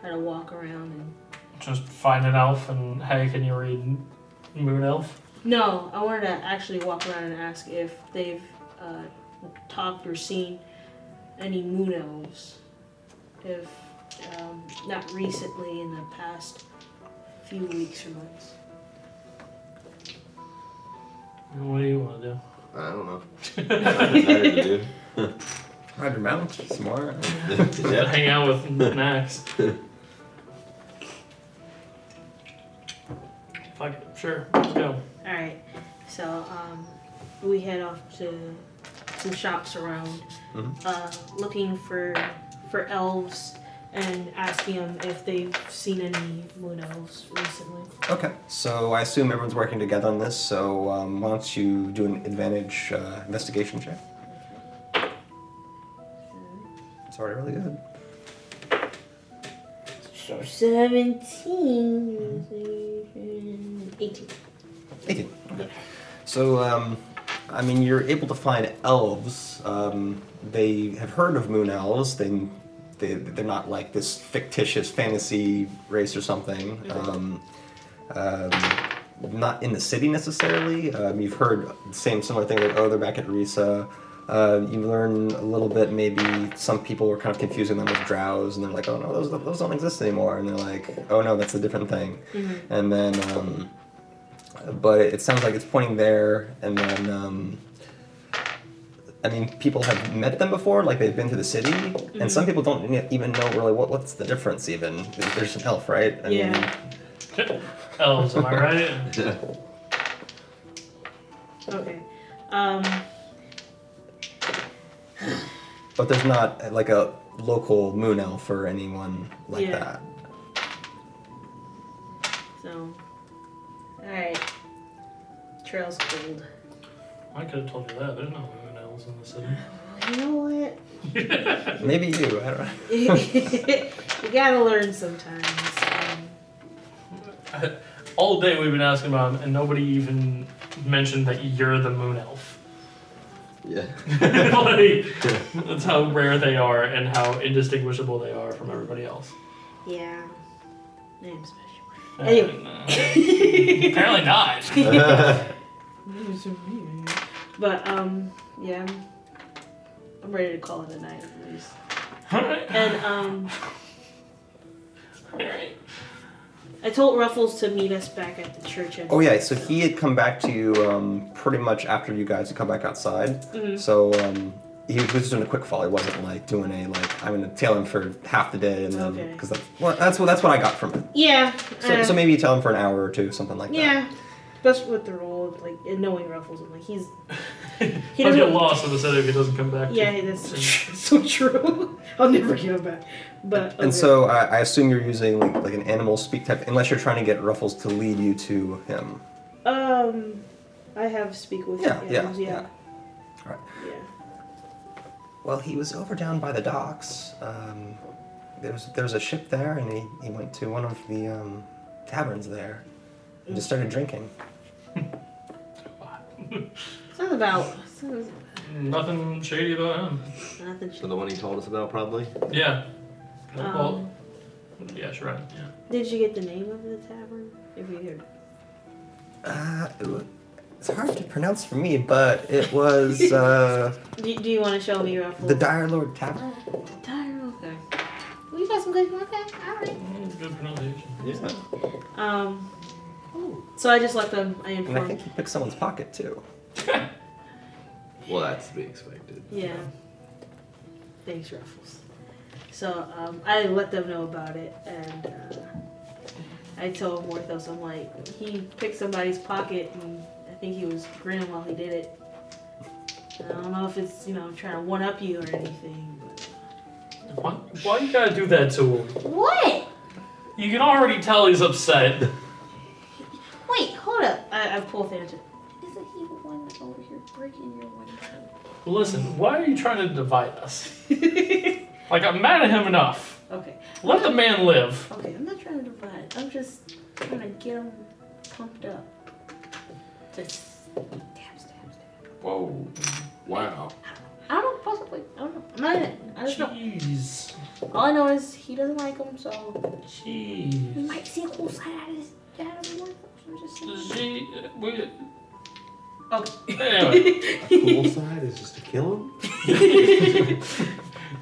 B: try to walk around and.
C: Just find an elf and hey, can you read Moon Elf?
B: No, I wanted to actually walk around and ask if they've uh, talked or seen any moon elves. If um, not recently, in the past few weeks or months.
C: What do you want to do?
D: I don't know. Nothing better to do.
A: Ride your mount, some more.
C: But
D: yeah.
C: hang out with Max. Fuck it, sure, let's go.
B: All right, so um, we head off to some shops around,
A: Mhm.
B: uh, looking for for elves and asking them if they've seen any moon elves recently.
A: Okay, so I assume everyone's working together on this, so um, why don't you do an advantage uh, investigation check? It's already really good.
B: So 17, 18.
A: 18. Okay. So, um, I mean, you're able to find elves. Um, they have heard of moon elves. They, they, they're not like this fictitious fantasy race or something. Um, um, not in the city necessarily. Um, you've heard the same similar thing like, oh, they're back at Risa. Uh, you learn a little bit. Maybe some people were kind of confusing them with drows, and they're like, "Oh no, those, those don't exist anymore." And they're like, "Oh no, that's a different thing." And then um, but it sounds like it's pointing there, and then um, I mean, people have met them before, like they've been to the city, and some people don't e- even know really what, what's the difference. Even there's an elf, right? I
B: Yeah.
C: Elves, am I right?
B: Okay. Um,
A: but there's not uh, like a local moon elf or anyone like
B: Yeah.
A: that.
B: so. Alright. Trail's cold.
C: I could have told you that. There's no moon elves in the
B: You know what?
C: city.
A: Maybe you. I don't know.
B: you gotta learn sometimes. Um,
C: All day we've been asking about him, and nobody even mentioned that you're the moon elf.
D: Yeah.
C: like, that's how rare they are and how indistinguishable they are from everybody else.
B: yeah. Name special.
C: And, uh, apparently not.
B: But um, yeah, I'm, I'm ready to call it a night. at least.
C: Alright.
B: And um,
C: Alright.
B: I told Ruffles to meet us back at the church. At
A: Oh yeah, so he had come back to you um, pretty much after you guys had come back outside.
B: Mm-hmm.
A: So um, he was just doing a quick fall. He wasn't like doing a like I'm gonna tail him for half the day and then
B: Okay.
A: because that's well, that's what that's what I got from it.
B: Yeah.
A: So,
B: uh,
A: so maybe you tell him for an hour or two, something like that.
B: Yeah. Especially with the role of like and knowing Ruffles, I'm like he's He
C: He'll get
B: doesn't-
C: lost in the city if he doesn't come back. to-
B: yeah that's so true. I'll never get him back. But
A: And so I, I assume you're using like, like an animal speak type, unless you're trying to get Ruffles to lead you to him.
B: um, I have speak with
A: Yeah, yeah,
B: animals, yeah,
A: yeah. Alright.
B: yeah.
A: Well, he was over down by the docks. Um, there was there was a ship there, and he, he went to one of the um, taverns there and just started drinking.
B: Something about something-
C: Nothing shady about him.
B: nothing.
D: So the one he told us about, probably.
C: Yeah. well,
B: Um,
C: yeah, sure. Right. Yeah.
B: did you get the name of the tavern? If you heard.
A: Uh, it wa- it's hard to pronounce for me, but it was uh,
B: Do, do you want to show me Ruffles?
A: the Dire Lord Tavern.
B: Dire, okay. Well, you got some good. Okay, all right.
C: Mm, Good pronunciation.
D: Yeah.
B: Um. So I just let them. I
A: And I
B: informed.
A: think he picked someone's pocket too.
D: Well, that's to be expected.
B: Yeah. Thanks, Ruffles. So um, I let them know about it, and uh, I told Morthos, I'm like, he picked somebody's pocket, and I think he was grinning while he did it. I don't know if it's you know trying to one up you or anything. But...
C: Why, why you gotta do that to him?
E: What?
C: You can already tell he's upset.
B: Wait, hold up. I, I pull Thanton.
E: Isn't he the one over here breaking your window?
C: Listen, why are you trying to divide us? Like, I'm mad at him enough.
B: okay.
C: Let the man live.
E: Okay, I'm not trying to divide. I'm just trying to get him pumped up.
B: Just-
E: Stab, stab, stab.
D: Whoa. Wow.
E: I don't possibly. I don't know. I'm not. even- I just know.
C: Jeez.
E: All I know is he doesn't like him, so we
C: Jeez.
E: might see a cool side out of his out of the world. I'm just saying.
C: She, we, anyway,
B: Okay.
D: side is just to kill him.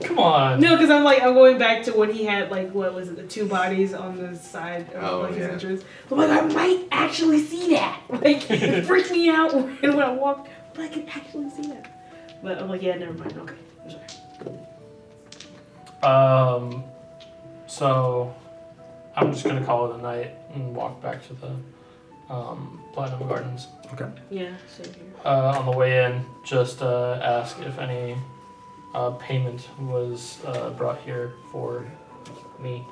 C: come on.
B: No, because I'm like I'm going back to when he had like what was it the two bodies on the side of
D: Oh,
B: like his
D: yeah.
B: entrance. I'm like I might actually see that. Like it freaked me out when, when I walked, but I could actually see that. But I'm like yeah, never mind. Okay, I'm sorry.
C: Um, so I'm just gonna call it a night and walk back to the um, Platinum Gardens.
B: Yeah, same here.
C: Uh, on the way in, just uh, ask if any uh, payment was uh, brought here for me.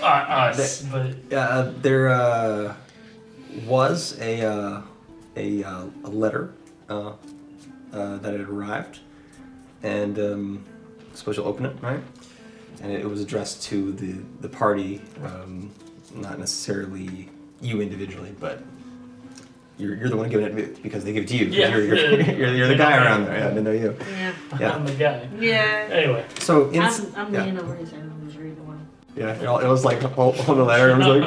C: Uh, us, but
A: Yeah, uh, there uh, was a uh, a, uh, a letter uh, uh, that had arrived, and um, I suppose you'll open it, right? And it was addressed to the the party, um, not necessarily you individually, but you're, you're the one giving it because they give it to you. 'cause
C: Yeah,
A: You're, you're,
C: yeah.
A: you're, you're the
C: They're
A: guy
C: not
A: around
C: me.
A: there. Yeah, they know you.
B: Yeah,
A: Yeah.
C: I'm the guy.
B: yeah.
C: Anyway,
A: So in,
B: I'm I'm
A: yeah.
B: leaning over his head. I'm just reading the one.
A: yeah, it all- it was like hol- holding the letter. and I was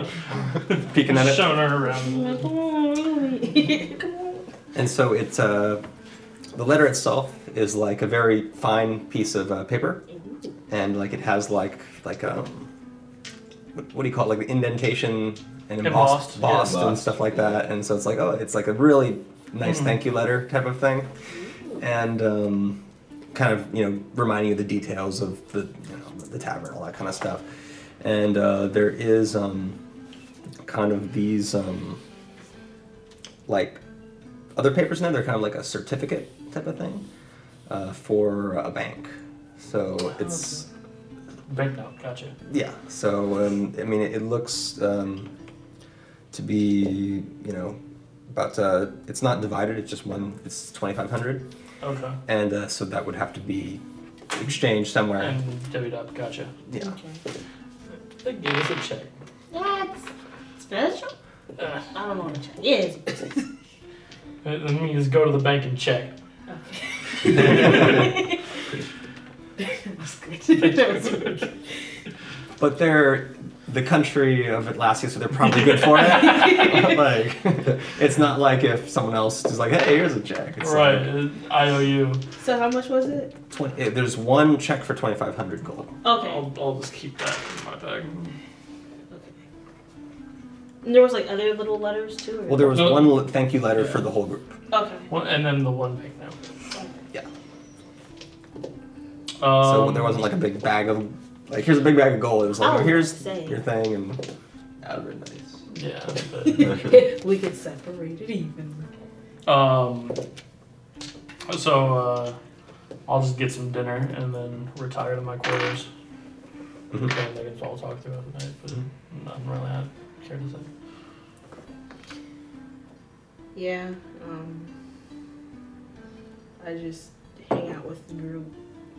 A: like peeking at it.
C: showing her around.
B: I'm like, oh, come on.
A: And so it's uh, the letter itself is like a very fine piece of uh, paper, and like it has like like um, what, what do you call it? Like the indentation and embossed,
C: Embossed.
A: embossed
D: Yeah,
A: and
D: embossed.
A: stuff like that. And so it's like oh, it's like a really nice thank you letter type of thing, and um, kind of you know reminding you of the details of the you know, the tavern, all that kind of stuff. And uh, there is um, kind of these um, like other papers in there. They're kind of like a certificate type of thing uh, for a bank. So it's
C: Banknote, gotcha.
A: yeah. So um, I mean, it, it looks um, to be you know, but uh, it's not divided. It's just one. It's twenty five hundred,
C: Okay.
A: and uh, so that would have to be exchanged somewhere.
C: And divvied up, gotcha.
A: Yeah.
B: Okay.
C: They gave us a check.
E: That's
B: Special?
C: Uh,
B: I don't know what to check. Yes.
C: let me just go to the bank and check.
B: Okay. that was good. That was good.
A: But they're the country of Atlassian, so they're probably good for it. like, it's not like if someone else is like, "Hey, here's a check." It's
C: right,
A: Like,
C: uh, IOU.
B: So how much was it?
A: 20, eh, there's one check for twenty five hundred gold.
B: Okay.
A: Oh.
C: I'll, I'll just keep that in my bag.
B: And there was like other little letters too. Or?
A: Well, there was
C: No.
A: one le- thank you letter for the whole group.
B: Okay.
C: One, and then the one banknote.
A: Yeah.
C: Um,
A: So there wasn't like a big bag of like here's a big bag of gold. It was like
B: I
A: oh,
B: was
A: here's
B: saying.
A: your thing and
D: That would have been
C: Yeah. but-
B: we could separate it evenly.
C: Um. So uh, I'll just get some dinner and then retire to my quarters.
A: Mhm.
C: And they can all talk throughout the night, but
A: Mm-hmm.
C: nothing really I care to say.
B: Yeah. Um. I just hang out with the group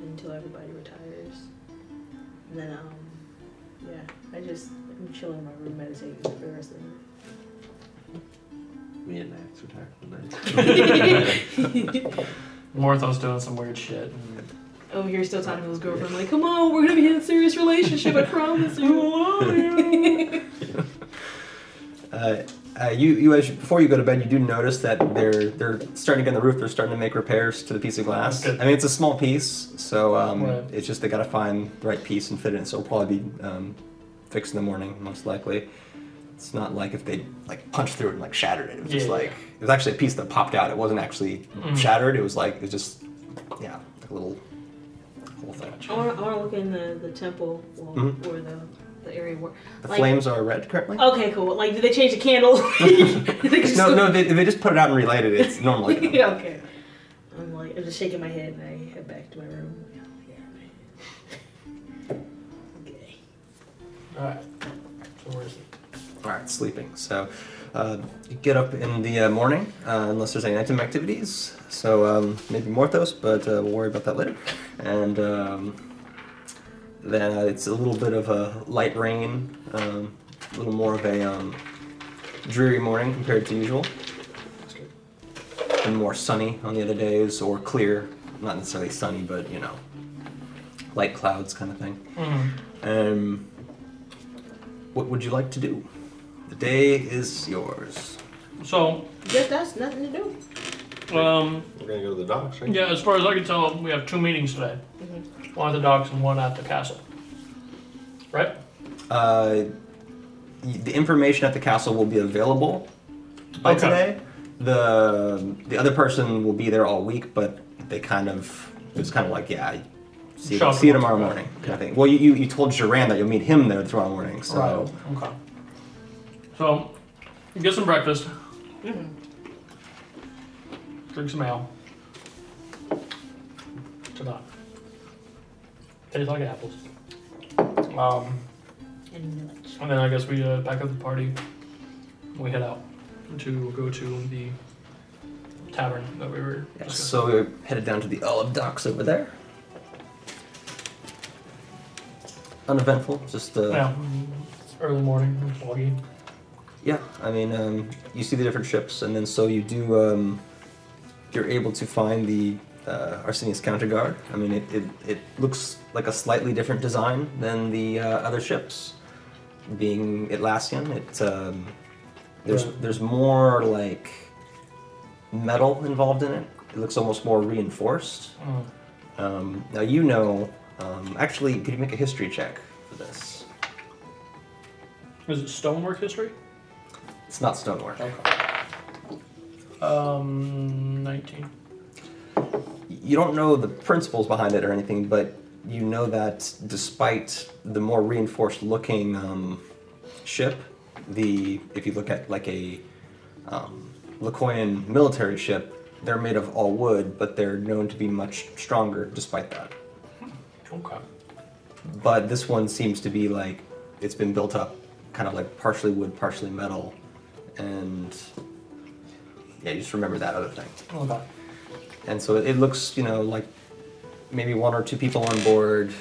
B: until everybody retires, and then um, yeah, I just I'm chilling in my room meditating for the rest of the night.
D: nice. Me and Max were talking tonight.
B: Over
C: Morthos doing some weird shit. And,
B: here, Oh, still talking to his girlfriend, like, come on, we're gonna be in a serious relationship, I promise you.
A: uh, uh, you you as you, before you go to bed you do notice that they're they're starting to get on the roof. They're starting to make repairs to the piece of glass.
C: Good.
A: I mean it's a small piece, so um,
C: Right.
A: it's just they got to find the right piece and fit it in. So it'll probably be um, fixed in the morning most likely. It's not like if they like punched through it and like shattered it. It was just
C: Yeah.
A: like it was actually a piece that popped out. It wasn't actually
C: Mhm.
A: shattered. It was like it was just yeah like a little whole thing.
B: I wanna, I wanna look in the, the temple wall,
A: Mhm.
B: or the, the area where.
A: The
B: like- Oh.
A: flames are red currently.
B: Okay, cool. Like, did they change the candle? They just-
A: No, no, they, they just put it out and relight it. It's normally. done.
B: yeah, okay. I'm like, I'm just shaking my head and I head back to my room. Yeah, man. Okay.
C: Alright. So where is it?
A: All right, sleeping. So, uh, you get up in the uh, morning, uh, unless there's any nighttime activities. So um, maybe Morthos, but uh, we'll worry about that later. And um, then uh, it's a little bit of a light rain, um, a little more of a um, dreary morning compared to usual, and more sunny on the other days or clear. Not necessarily sunny, but you know, light clouds kind of thing.
C: Mm-hmm.
A: Um, what would you like to do? The day is yours.
C: So,
B: Just us, nothing to do.
C: um,
D: We're gonna go to the docks, right?
C: yeah, as far as I can tell, we have two meetings today. One at the docks and one at the castle. Right?
A: Uh, y- the information at the castle will be available by
C: Okay.
A: today. The the other person will be there all week, but they kind of it was kind of like yeah, see,
C: Show
A: you-
C: up
A: see you
C: tomorrow.
A: tomorrow morning kind of thing. Well, you, you you told Duran that you'll meet him there tomorrow morning, so
C: Right. Okay. So, get some breakfast. Drink some ale. To not. Tastes like apples. Um,
B: And village.
C: and then I guess we uh, pack up the party. We head out to go to the tavern that we were.
A: yeah.
C: discussing.
A: So we're headed down to the Olive Docks over there. Uneventful, just uh,
C: yeah. Mm, Early morning, foggy.
A: Yeah, I mean, um, you see the different ships, and then so you do. Um, you're able to find the uh, Arsenius counter guard. I mean, it, it, it looks like a slightly different design than the uh, other ships. Being Atlassian, it's um, there's
C: Right.
A: there's more like metal involved in it. It looks almost more reinforced.
C: Mm.
A: Um, now you know. Um, actually, could you make a history check for this?
C: Is it stonework history?
A: It's not stonework.
C: Okay. Um, 19.
A: you don't know the principles behind it or anything, but you know that despite the more reinforced looking um, ship, the if you look at like a um, Lakoyan military ship, they're made of all wood, but they're known to be much stronger despite that.
C: Okay.
A: But this one seems to be like it's been built up kind of like partially wood, partially metal, and yeah, you just remember that other thing.
C: Okay.
A: And so it looks, you know, like maybe one or two people on board,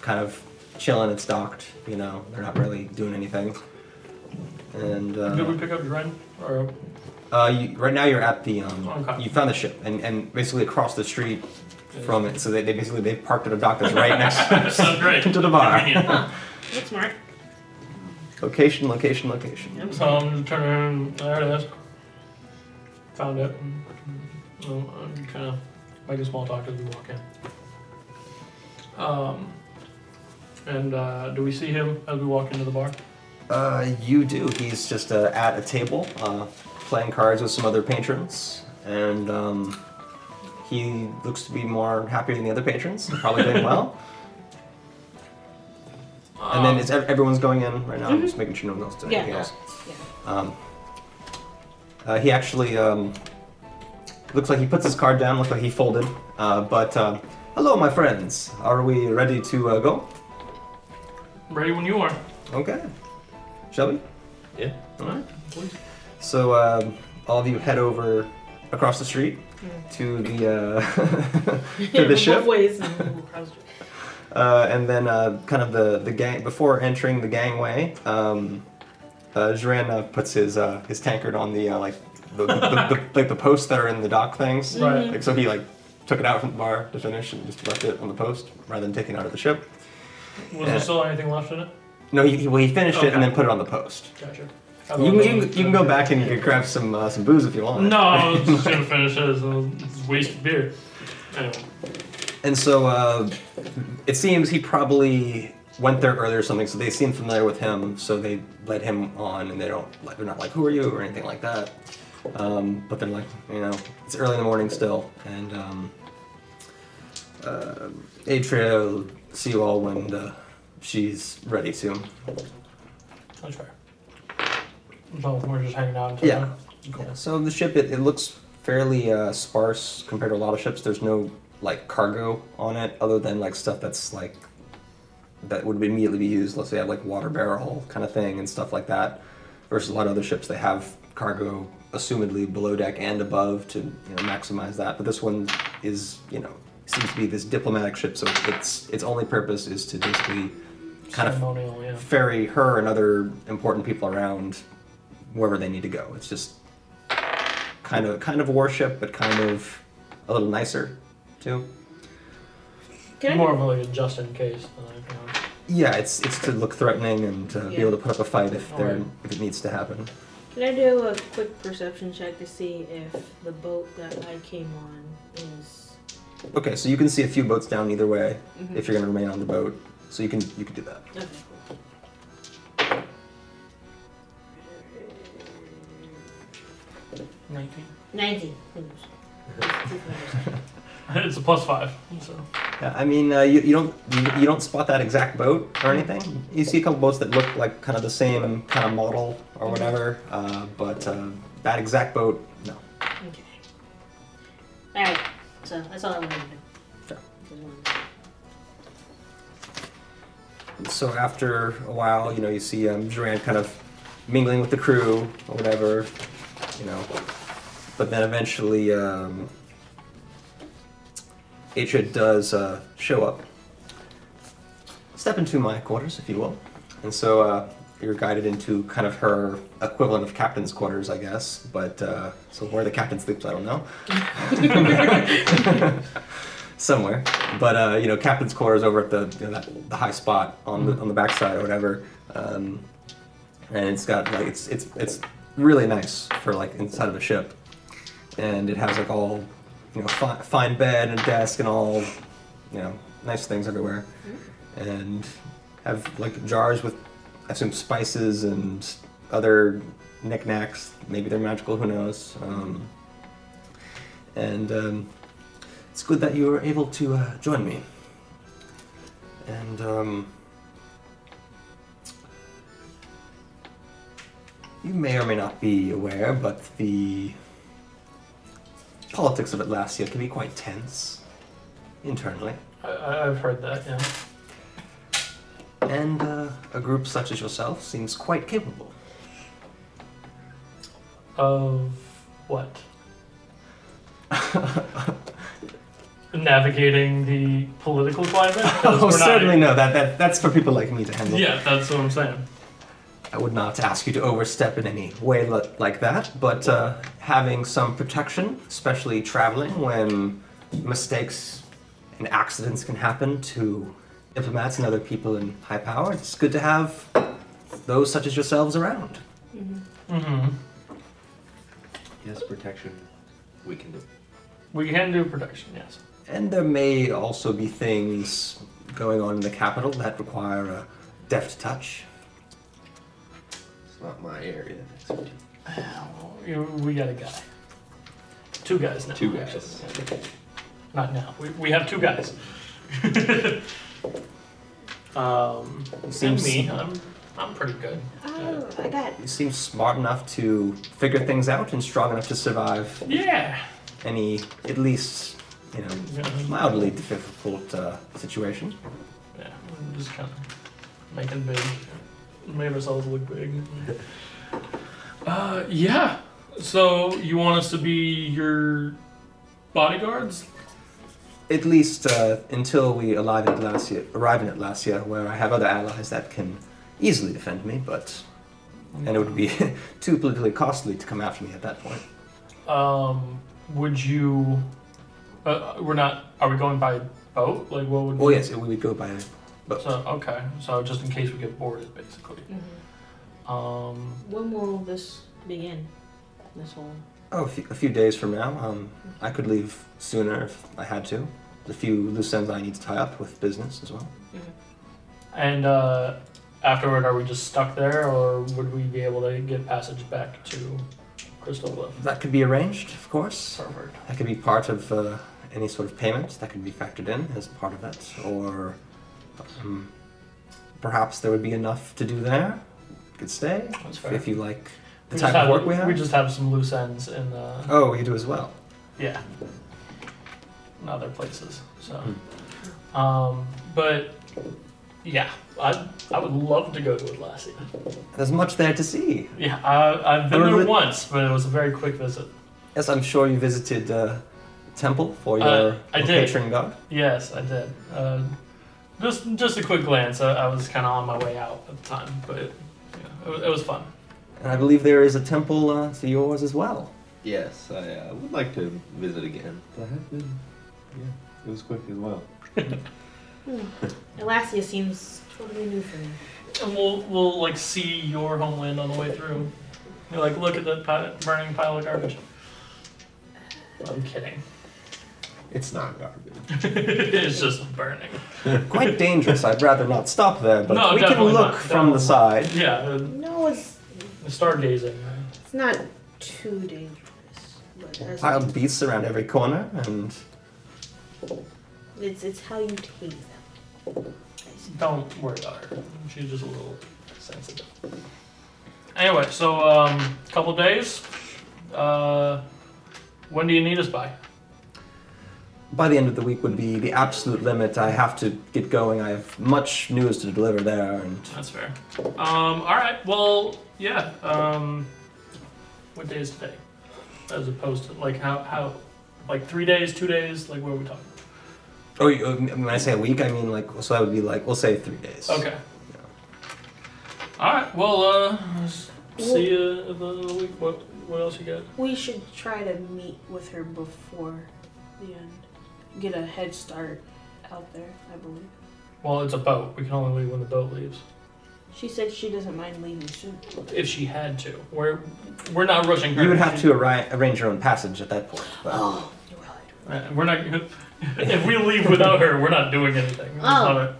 A: kind of chilling. It's docked, you know, they're not really doing anything. And
C: Did we
A: uh,
C: pick up Dren? Or
A: uh, you, right now you're at the, um,
C: Okay.
A: you found the ship, and, and basically across the street from it. So they, they basically they parked at a dock that's right next
C: so great.
A: to the bar.
C: Convenient.
B: That's smart.
A: Location, location, location.
C: So I'm just turning. There it is. Found it. Um, I'm kind of making small talk as we walk in. Um, and uh, do we see him as we walk into the bar?
A: Uh, you do. He's just uh, at a table uh, playing cards with some other patrons, and um, he looks to be more happy than the other patrons. Probably doing well. And then
C: Um,
A: it's, ev- everyone's going in right now. I'm just making sure no one else did
B: Yeah.
A: anything else.
B: Yeah.
A: Um, uh, he actually um, looks like he puts his card down. Looks like he folded. Uh, but uh, hello, my friends. Are we ready to uh, go?
C: ready when you are.
A: Okay. Shall we?
D: Yeah.
A: All right.
C: Please.
A: So um, all of you head over across the street to the uh, to the
B: Both
A: ship.
B: ways. Ooh, I was-
A: Uh, and then uh, kind of the, the gang before entering the gangway, um, uh, Joran uh, puts his uh, his tankard on the uh, like the, the, the, the like the posts that are in the dock things.
C: Right.
B: Mm-hmm.
A: Like so he like took it out from the bar to finish and just left it on the post rather than taking it out of the ship.
C: Was there still anything left in it?
A: No, he, he, well, he finished it and
C: Okay.
A: then put it on the post.
C: Gotcha.
A: You can, you, can, you can go back and you can grab some uh, some booze if you want.
C: No, I was just gonna finish it. So it's wasted beer. Anyway.
A: And so uh, it seems he probably went there earlier or something, so they seem familiar with him, so they let him on, and they don't like they're not like who are you or anything like that. Um, but they're like you know it's early in the morning still, and um, uh, Atria will see you all when the, she's ready soon.
C: That's fair. So we're just hanging out until
A: Yeah.
C: then? Cool.
A: Yeah, so the ship it, it looks fairly uh, sparse compared to a lot of ships. There's no like cargo on it other than like stuff that's like that would immediately be used. Let's say have like water barrel kind of thing and stuff like that. Versus a lot of other ships, they have cargo assumedly below deck and above to you know, maximize that. But this one is you know seems to be this diplomatic ship, so its its only purpose is to basically kind of
C: Ceremonial, yeah.
A: ferry her and other important people around wherever they need to go. It's just kind of kind of a warship, but kind of a little nicer too.
B: Can I
C: More of like a just in case than anything else.
A: Yeah, it's it's to look threatening and to be
B: Yeah.
A: able to put up a fight if there
C: Alright.
A: if it needs to happen.
B: Can I do a quick perception check to see if the boat that I came on is
A: Okay, so you can see a few boats down either way if you're gonna remain on the boat. So you can you can do that.
B: okay? cool.
C: Nineteen.
B: Nineteen. Who knows? Who knows?
C: It's a plus five. So
A: Yeah, I mean, uh, you, you don't you, you don't spot that exact boat or anything. You see a couple boats that look like kind of the same kind of model or whatever, uh, but uh, that exact boat, no.
B: Okay. All right. So that's all I wanted to do.
A: Fair.
B: Just wanted
A: So after a while, you know, you see um, Duran kind of mingling with the crew or whatever, you know. But then eventually, um, Atria does uh, show up. Step into my quarters, if you will. And so uh, you're guided into kind of her equivalent of captain's quarters, I guess. But uh, so where the captain sleeps, I don't know. somewhere. But uh, you know, captain's quarters over at the you know, that, the high spot on the on the backside or whatever, um, and it's got like it's it's it's really nice for like inside of a ship, and it has like all you know fi- fine bed and desk and all you know nice things everywhere, and have like jars with I assume spices and other knickknacks. Maybe they're magical. Who knows? Um, and um, it's good that you were able to uh, join me. And um, you may or may not be aware, but the politics of Atlasia can be quite tense internally.
C: I, I, I've heard that, yeah.
A: And uh, a group such as yourself seems quite capable.
C: Of what? Navigating the political climate? 'Cause
A: Oh,
C: we're not-
A: certainly no. That, that that's for people like me to handle.
C: Yeah, that's what I'm saying.
A: I would not ask you to overstep in any way li- like that, but uh, having some protection, especially traveling when mistakes and accidents can happen to diplomats and other people in high power, it's good to have those such as yourselves around.
C: hmm
D: Yes, protection. We can do.
C: We can do protection, yes.
A: And there may also be things going on in the capital that require a deft touch.
D: It's not my area. of expertise.
C: Well, you- We got a guy. Two guys now.
D: Two guys.
C: actually. Not now. We, we have two guys. um,
A: Seems-
C: seems me. I'm, I'm pretty good.
E: Oh, I got
A: You seem smart enough to figure things out and strong enough to survive
C: Yeah.
A: any, at least, you know,
C: Yeah.
A: mildly difficult uh, situation.
C: Yeah, we're just kind of making big, made ourselves look big. Uh, yeah. So you want us to be your bodyguards?
A: At least uh, until we arrive in Atlasia, arrive in Atlasia, where I have other allies that can easily defend me, but and it would be too politically costly to come after me at that point.
C: Um, would you? Uh, we're not. Are we going by boat? Like, what would?
A: Oh yes, we would go by.
C: So okay. So just in case we get boarded, basically. Um,
B: Mm-hmm. When will this begin? This whole.
A: Oh, a few, a few days from now, um, I could leave sooner if I had to. The few loose ends I need to tie up with business as well.
C: and uh, afterward, are we just stuck there, or would we be able to get passage back to Crystal Cliff?
A: That could be arranged, of course.
C: Perfect.
A: That could be part of uh, any sort of payment that could be factored in as part of that, or um, perhaps there would be enough to do there. You could stay
C: That's
A: if-
C: fair.
A: if you like the
C: We just
A: type of
C: have-
A: work we have.
C: just have some loose ends in uh, the
A: Oh, you do as well.
C: yeah, in other places. So,
A: Hmm.
C: um, but yeah, I I would love to go to Atlassian.
A: There's much there to see.
C: Yeah, I, I've been
A: Or
C: there
A: the-
C: once, but it was a very quick visit.
A: Yes, I'm sure you visited uh, temple for your
C: Uh, I
A: your
C: did.
A: patron god.
C: Yes, I did. Uh, just just a quick glance. I, I was kind of on my way out at the time, but it, yeah, it, was, it was fun.
A: And I believe there is a temple uh, to yours as well.
D: Yes, I uh, would like to visit again. But I have been. Yeah, it was quick as well.
B: Hmm. Elastia seems totally new for me.
C: And we'll we'll like see your homeland on the way through. You're like, look at that pi- burning pile of garbage. I'm kidding.
D: It's not garbage.
C: it's just burning.
A: Quite dangerous. I'd rather not stop there, but
C: No,
A: we can
C: definitely
A: look
C: not.
A: from the side.
C: Yeah, uh,
B: No, it's
C: stargazing.
B: it's not too dangerous. But that's-
A: Piled beasts around every corner, and
B: it's it's how you take them.
C: Don't worry about her. She's just a little sensitive. Anyway, so um, couple days. Uh, when do you need us by?
A: By the end of the week would be the absolute limit. I have to get going. I have much news to deliver there, and
C: That's fair. Um, all right. Well, yeah. Um, what day is today? As opposed to like how how like three days, two days. Like what are we talking?
A: oh, you- uh, when I say a week, I mean like so that would be like we'll say three days.
C: Okay. All right. Well, uh, s- see you at the end of the week. What what else you got?
B: We should try to meet with her before the end. Get a head start out there, I believe.
C: Well, it's a boat. We can only leave when the boat leaves.
B: She said she doesn't mind leaving soon.
C: If she had to, we're we're not rushing her.
A: You would have
C: She-
A: to arri- arrange your own passage at that point. But
B: Oh, you're right.
C: Uh, We're not. If we leave without her, we're not doing anything.
B: Oh.
C: That's not a-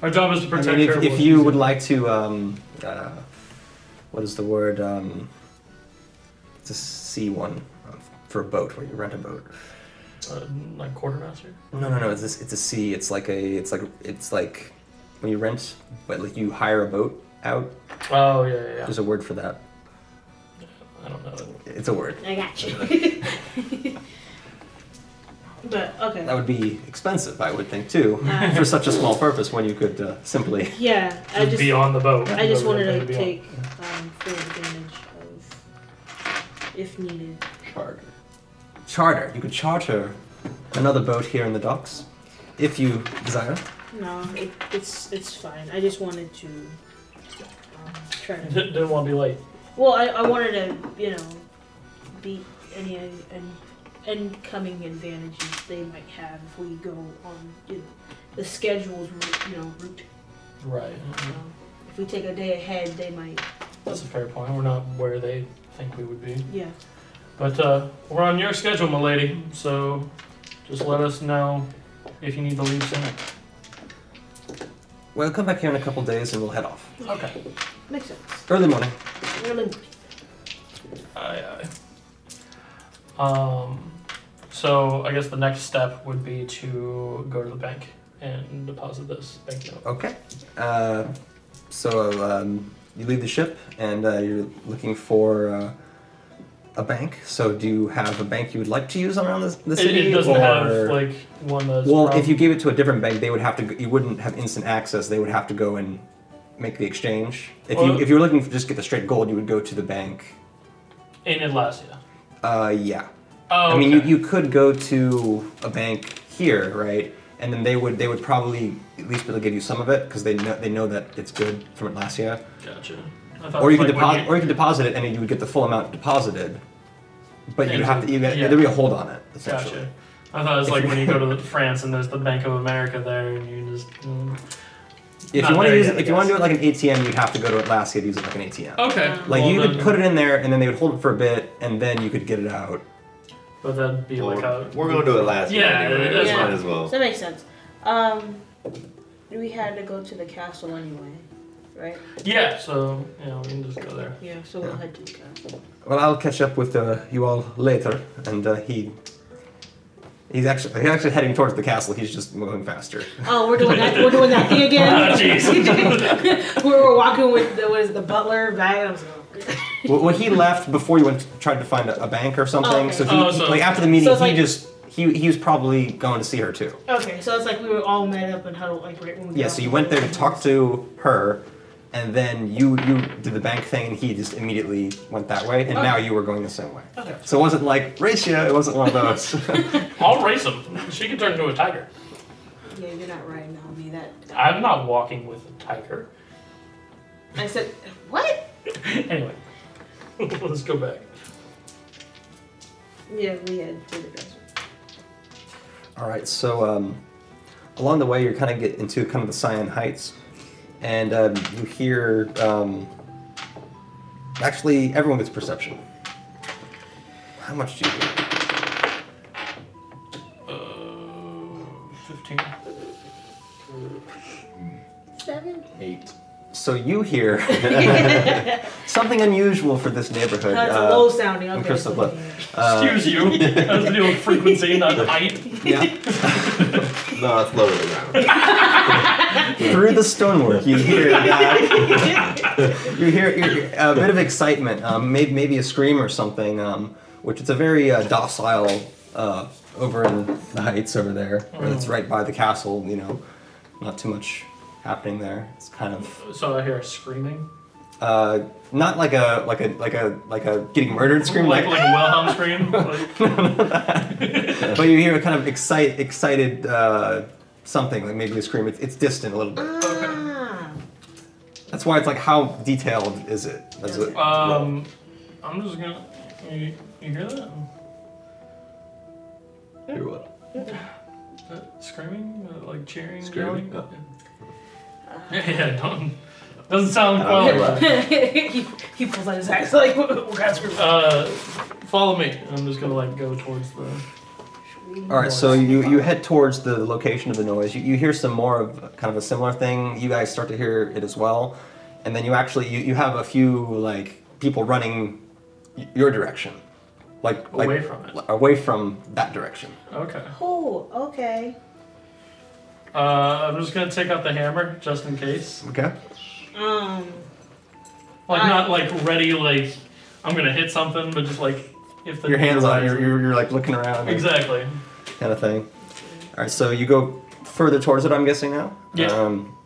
C: our job is to
A: I
C: protect
A: mean,
C: her.
A: if, if
C: while
A: you
C: she's-
A: would like to, um, uh, what is the word? Um, it's a C one. for a boat where you rent a boat.
C: Uh, like quartermaster?
A: No, no, no. It's this, it's a sea. It's like a. It's like it's like when you rent, but like you hire a boat out.
C: Oh, yeah, yeah, yeah.
A: There's a word for that.
C: I don't know.
A: It's a word.
B: I got you. but okay.
A: That would be expensive, I would think, too,
B: Uh.
A: for such a small purpose when you could uh, simply.
B: Yeah, I
C: Just
B: just
C: be on the boat.
B: I just
C: Whatever
B: wanted
C: they're
B: to
C: gonna
B: take
C: be
B: um, full advantage of if needed.
D: Charter.
A: Charter. You could charter another boat here in the docks, if you desire.
B: No, it, it's it's fine. I just wanted to um, try
C: on.
B: to.
C: Didn't, didn't want to be late.
B: Well, I, I wanted to you know beat any and incoming advantages they might have if we go on you know, the schedules route, you know route.
C: Right.
B: You know. If we take a day ahead, they might.
C: That's a fair point. We're not where they think we would be.
B: Yeah.
C: But uh, we're on your schedule, my lady. So just let us know if you need to leave sooner.
A: Well, come back here in a couple days and we'll head off.
C: Okay.
B: Makes sense.
A: Early morning.
B: Really.
C: Aye, aye. Um, so I guess the next step would be to go to the bank and deposit this banknote.
A: Okay. Uh, so um, you leave the ship and uh, you're looking for uh, a bank. So do you have a bank you would like to use around the, the
C: It,
A: city?
C: it doesn't
A: or...
C: have like one that's
A: Well,
C: from-
A: if you gave it to a different bank, they would have to. You wouldn't have instant access. They would have to go and make the exchange. If you
C: Well-
A: if you were looking for just get the straight gold, you would go to the bank.
C: in Atlasia.
A: Uh, yeah.
C: Oh,
A: I mean,
C: okay.
A: you, you could go to a bank here, right? And then they would they would probably at least be able to give you some of it because they know they know that it's good from Atlasia.
C: Gotcha. I thought
A: or you
C: like
A: could
C: when
A: deposit, or you could deposit it, and then you would get the full amount deposited. But you'd
C: And
A: have to, you
C: yeah.
A: there'd be a hold on it essentially.
C: Gotcha. I thought it was
A: If
C: like
A: you-
C: when you go to France and there's the Bank of America there, and you just. Mm.
A: If
C: Not
A: you want
C: there
A: to use,
C: yet,
A: it-
C: I
A: if you want to do
C: guess.
A: it like an ATM, you'd have to go to Atlasia to use it like an ATM.
C: Okay.
A: Like
C: well,
A: you could
C: then-
A: put it in there, and then they would hold it for a bit, and then you could get it out.
C: But that'd be like a.
D: we're going to it last.
C: Yeah,
D: anyway.
C: that's
D: might
B: fine.
D: as well.
B: So that makes sense. Um, we had to go to the castle anyway, right?
C: Yeah, so yeah, we can just go there.
B: Yeah. So we'll head to the castle.
A: Well, I'll catch up with uh, you all later, and uh, he. He's actually he's actually heading towards the castle. He's just moving faster.
B: Oh, we're doing that. We're doing that thing again.
C: Ah, jeez.
B: we were walking with the, what is it, the butler bag. I was like, oh,
A: well, well, he left before you went tried to find a, a bank or something.
B: Okay.
A: So, he,
C: Oh, so-
A: like after the meeting,
B: So
A: he
B: it's like-
A: just he he was probably going to see her too.
B: okay, so it's like we were all met up and huddled like right when we.
A: Yeah, so you went there to talk to her, and then you you did the bank thing, and he just immediately went that way, and now you were going the same way.
B: Oh. Okay.
A: So it wasn't like Racia, it wasn't one of those.
C: I'll race him. She can turn into a tiger.
B: Yeah, you're not riding on me. That
C: I'm not walking with a tiger.
B: I said what?
C: Anyway, let's go back.
B: Yeah, we had to the dress.
A: All right, so um, along the way, you're kind of get into kind of the Scion Heights, and um, you hear um, actually everyone gets perception. How much do you? Hear?
C: Uh, 15.
E: Seven.
D: Eight.
A: So you hear something unusual for this neighborhood.
B: That's
A: uh,
B: low sounding. Okay.
A: Crystal
B: so-
A: Bluff. uh,
C: Excuse you. I was dealing with frequency, not height.
A: Yeah.
D: No, it's lower than that.
A: Through the stonework, you hear that. you hear you hear a bit of excitement, um, maybe, maybe a scream or something, um, which it's a very uh, docile uh, over in the heights over there, where it's right by the castle. You know, not too much happening there. It's kind of
C: So I hear screaming.
A: uh, not like a like a like a like a getting murdered scream,
C: like,
A: like,
C: like a Wilhelm scream. Like,
A: but you hear a kind of excite excited uh, something, like maybe a scream. It's, it's distant a little bit.
B: Ah,
A: That's why it's like how detailed is it? That's what-
C: um, I'm just gonna. You, you hear that?
D: You're what?
C: That screaming? Uh, like cheering?
D: Screaming?
C: Yelling? Yeah, yeah, don't. Doesn't sound
D: I
A: Oh,
D: don't know
C: qualified.
B: he, he pulls out his axe like what kind of screw?
C: Uh, follow me. I'm just gonna like go towards the.
A: All right, so you, you head towards the location of the noise. You, you hear some more of kind of a similar thing. You guys start to hear it as well, and then you actually you, you have a few like people running y- your direction. like, like
C: away from it.
A: away from that direction.
C: Okay.
B: Oh, okay.
C: Uh, I'm just gonna take out the hammer just in case.
A: Okay.
B: Um,
C: Like
B: Alright.
C: not like ready like I'm gonna hit something, but just like if the
A: Your hands on you're, you're, you're like looking around and
C: exactly.
A: kind of thing. All right, so you go further towards it. I'm guessing now.
C: Yeah.
A: Um,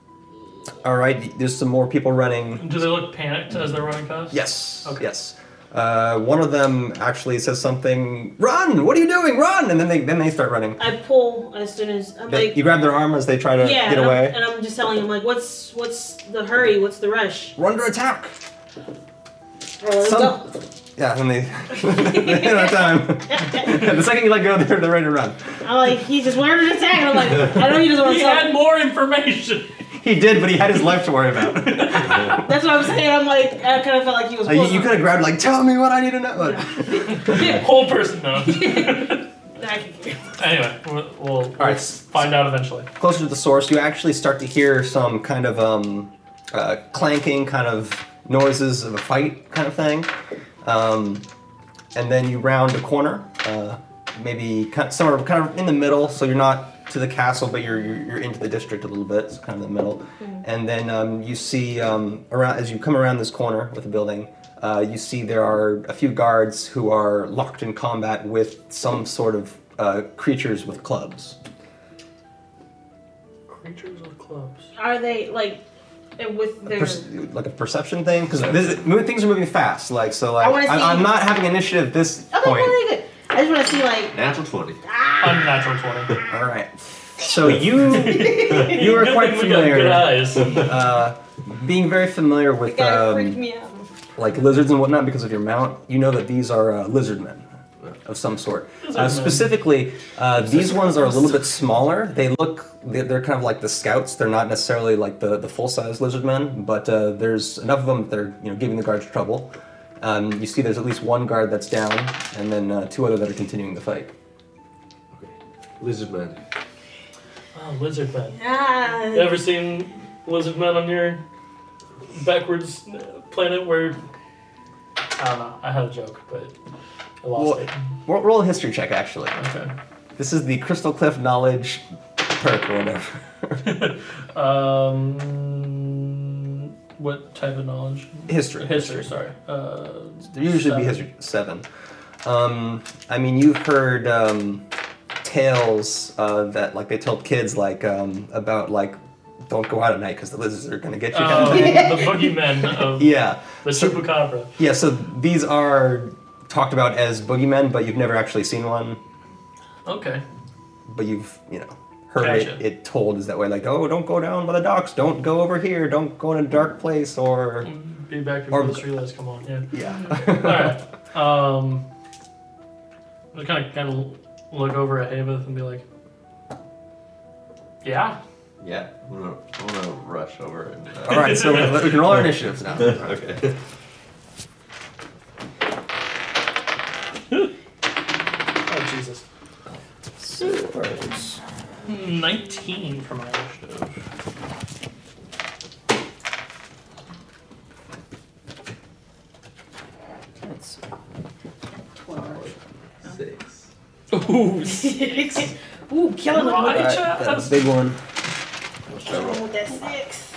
A: all right. There's some more people running.
C: Do they look panicked as they're running past?
A: Yes.
C: Okay.
A: Yes. Uh, one of them actually says something. Run! What are you doing? Run! And then they then they start running.
B: I pull as soon as I'm
A: They-
B: like,
A: you grab their arm as they try to
B: yeah,
A: get
B: and I'm-
A: away.
B: and I'm just telling him like, what's what's the hurry? What's the rush?
A: We're under attack.
B: Or let's
A: Some-
B: go.
A: Yeah, and they they hit on time. the second you let go, they're, they're ready to run.
B: I'm like, he just wanted to attack. I'm like, I know he doesn't want
C: He
B: to
C: had
B: talk.
C: more information.
A: He did, but he had his life to worry about.
B: That's what I'm saying. I'm like, I kind of felt like he was.
A: Like, you
B: pulling
A: you could have grabbed like, tell me what I need to know. Like,
C: Whole person though. anyway,
B: on- I can get it.
C: we'll, we'll
A: All right, s-
C: find out eventually.
A: closer to the source, you actually start to hear some kind of um, uh, clanking, kind of noises of a fight, kind of thing. Um, and then you round a corner, uh, maybe kind somewhere kind of in the middle, so you're not to the castle, but you're you're, you're into the district a little bit, so kind of the middle. And then um, you see um, around as you come around this corner with the building. Uh, you see there are a few guards who are locked in combat with some sort of uh, creatures with clubs.
C: Creatures with clubs.
B: Are they like with their?
A: Perce- like a perception thing because things are moving fast. Like so, like
B: I wanna
A: I
B: see-
A: am not having initiative this
B: Okay,
A: point.
B: really good. I just want to see like
D: Natural 20.
C: Unnatural twenty.
A: All right. So you you are
C: Good
A: quite
C: thing we got Good
A: familiar,
C: eyes.
A: uh, being very familiar with
B: guy freaked
A: um,
B: me out.
A: like lizards and whatnot because of your mount. You know that these are uh, lizard men of some sort. Uh,
C: Lizard men.
A: specifically, uh, these ones are a little bit smaller. They look they're they're kind of like the scouts. They're not necessarily like the, the full size lizard men, but uh, there's enough of them that they're you know giving the guards trouble. Um, you see, there's at least one guard that's down, and then uh, two other that are continuing the fight.
D: Okay. Lizard man.
C: Oh, lizard men.
B: Ah,
C: You ever seen lizard men on your backwards uh, planet where? I don't know. I had a joke, but I lost
A: Well-
C: it.
A: Roll, roll a history check, actually.
C: Okay.
A: This is the Crystal Cliff Knowledge perk or whatever.
C: Um, what type of knowledge?
A: history.
C: History. Sorry. Uh,
A: There usually be history seven. Um, I mean, you've heard um, tales uh, that like they told kids like um, about like don't go out at night because the lizards are gonna get you. kind of
C: Oh,
A: thing.
C: the boogeymen of
A: yeah,
C: the chupacabra.
A: yeah. So these are talked about as boogeymen, but you've never actually seen one.
C: Okay.
A: But you've you know heard it,
C: Gotcha.
A: it told is that way like oh don't go down by the docks, don't go over here, don't go in a dark place or
C: Be back before
A: Or-
C: the street lights come on. Yeah.
A: yeah.
C: Mm. All right. Um, I kind of kind of look over at Haveth and be like, "Yeah,
D: Yeah. I'm gonna, I'm gonna rush over and. Uh,
A: All right, so we we can roll our initiatives now.
D: okay.
C: oh Jesus, nineteen for my initiative.
D: Six.
C: Ooh,
B: Ooh, killing him with,
C: Right.
A: that's a big one.
B: killing him with that six.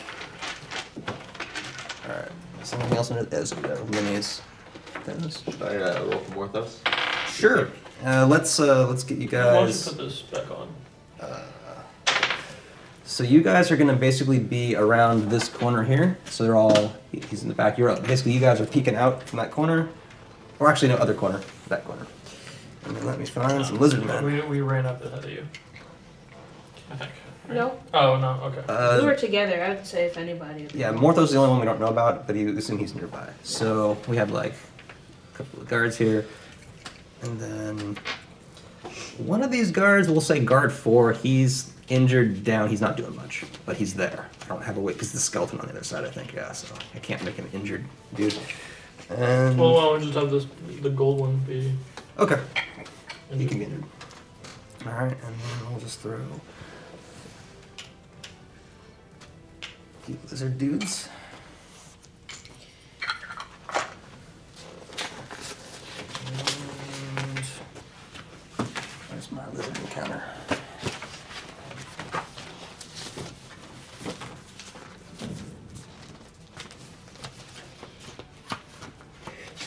A: All right. Something else in it is minis. Those.
D: Should I uh, roll for Morthos?
A: Sure. Uh, let's uh, let's get you
C: Why don't you
A: guys.
C: put this back on?
A: So you guys are gonna basically be around this corner here. So they're all he- he's in the back. You're up. Basically, you guys are peeking out from that corner, or actually no other corner, that corner. And then let me find some lizard men.
C: We, we ran up ahead of you. I think.
B: No,
C: Oh no. Okay.
B: we
A: Uh,
B: were together. I would say if anybody.
A: yeah, Morthos is the only one we don't know about, but he, we assume he's nearby. So we have like a couple of guards here, and then one of these guards we'll say guard four. He's injured down. He's not doing much, but he's there. I don't have a way because the skeleton on the other side. I think yeah, so I can't make him injured, dude. And
C: well, why don't we just have this the gold one be?
A: okay, he can be injured. All right, and then we'll just throw the lizard dudes. Um, my lizard encounter.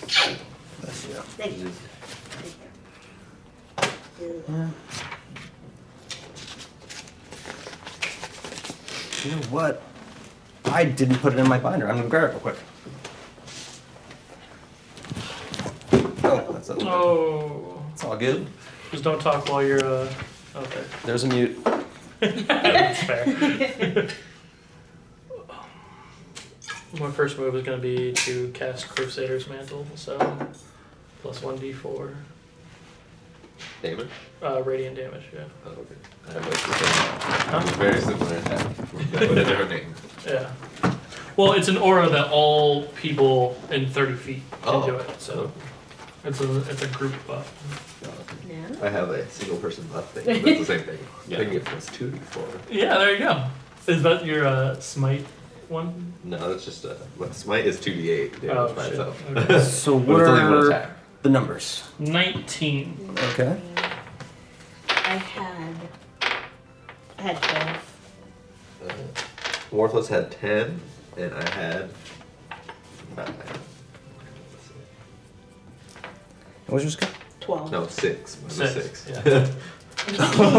A: That's yeah.
B: Thank you. Ugh.
A: You know what? I didn't put it in my binder. I'm gonna grab it real quick. Oh, that's all.
C: Oh.
A: It's all good.
C: Just don't talk while you're uh, out there.
A: There's a mute.
C: That's fair. My first move is going to be to cast Crusader's Mantle, so plus 1d4
D: Damon?
C: uh, radiant damage, yeah.
D: Oh, okay. I have like the same.
C: Huh?
D: Very similar attack. With a different name.
C: Yeah. Well, it's an aura that all people in 30 feet can
D: Oh.
C: do it, so it's a, it's a group buff.
B: Yeah.
D: I have a single person left thing. but It's the same thing. I think it was two before.
C: Yeah, there you go. Is that your uh, smite one?
D: No, that's just a. Well, smite is 2d8 damage
C: Oh,
D: by
C: shit.
D: itself.
C: Okay.
A: So
D: But
A: what
D: it's only one
A: are
D: attack.
A: the numbers?
C: 19.
A: Okay.
B: I had. I had 12.
D: Uh, Warthless had 10, and I had 5.
A: What was yours? Scott?
B: 12.
D: No, 6. Mine was
C: Six,
D: 6.
C: yeah.
B: you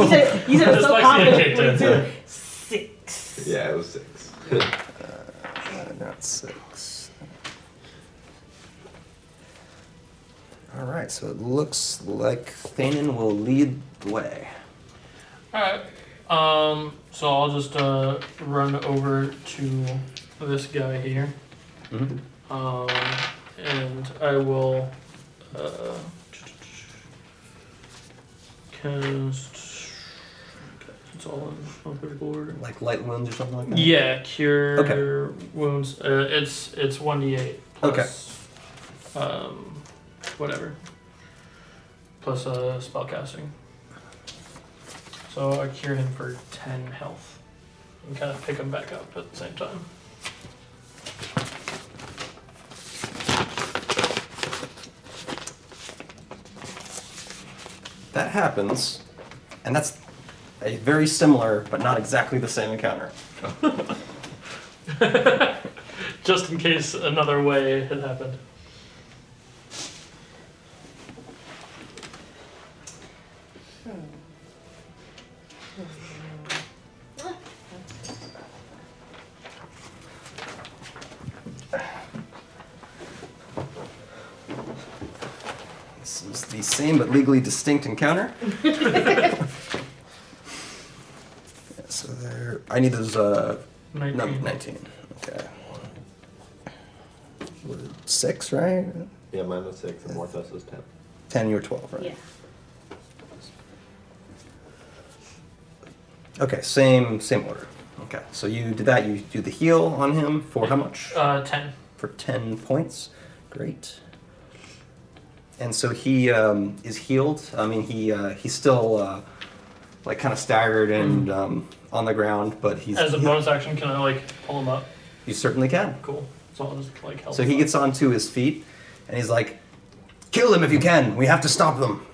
B: said, you said it so
C: Dyslexia
B: confident.
C: kicked in.
B: when you said Six.
D: Yeah, it was 6.
A: Uh, not six. All right. So it looks like Thanon will lead the way.
C: Alright. Um, so I'll just uh, run over to this guy here.
A: Mhm.
C: Um, and I will uh, cast. It's all in on the board.
A: Like light wounds or something like that.
C: Yeah, cure wounds. Uh, it's it's one d eight plus um, whatever plus uh, spell casting. So I cure him for ten health and kind of pick him back up at the same time.
A: That happens, and that's a very similar but not exactly the same encounter.
C: Just in case another way had happened.
A: This is the same but legally distinct encounter. Yeah, so there, I need those uh,
C: Nineteen.
A: num- 19. Okay. We're six, right?
D: Yeah, mine was 6, and Warthless was 10.
A: 10, you were 12, right?
B: Yeah.
A: Okay, same same order. Okay, so you did that. You do the heal on him for how much?
C: Uh, ten.
A: for 10 points. Great. And so he um, is healed. I mean, he uh, he's still uh, like kind of staggered and um, on the ground, but he's
C: Hmm. As a
A: healed.
C: bonus action, can I like pull him up?
A: you certainly can.
C: Cool. So I'll just like help.
A: So
C: him
A: he
C: up.
A: gets onto his feet, and he's like, "Kill them if you can. We have to stop them.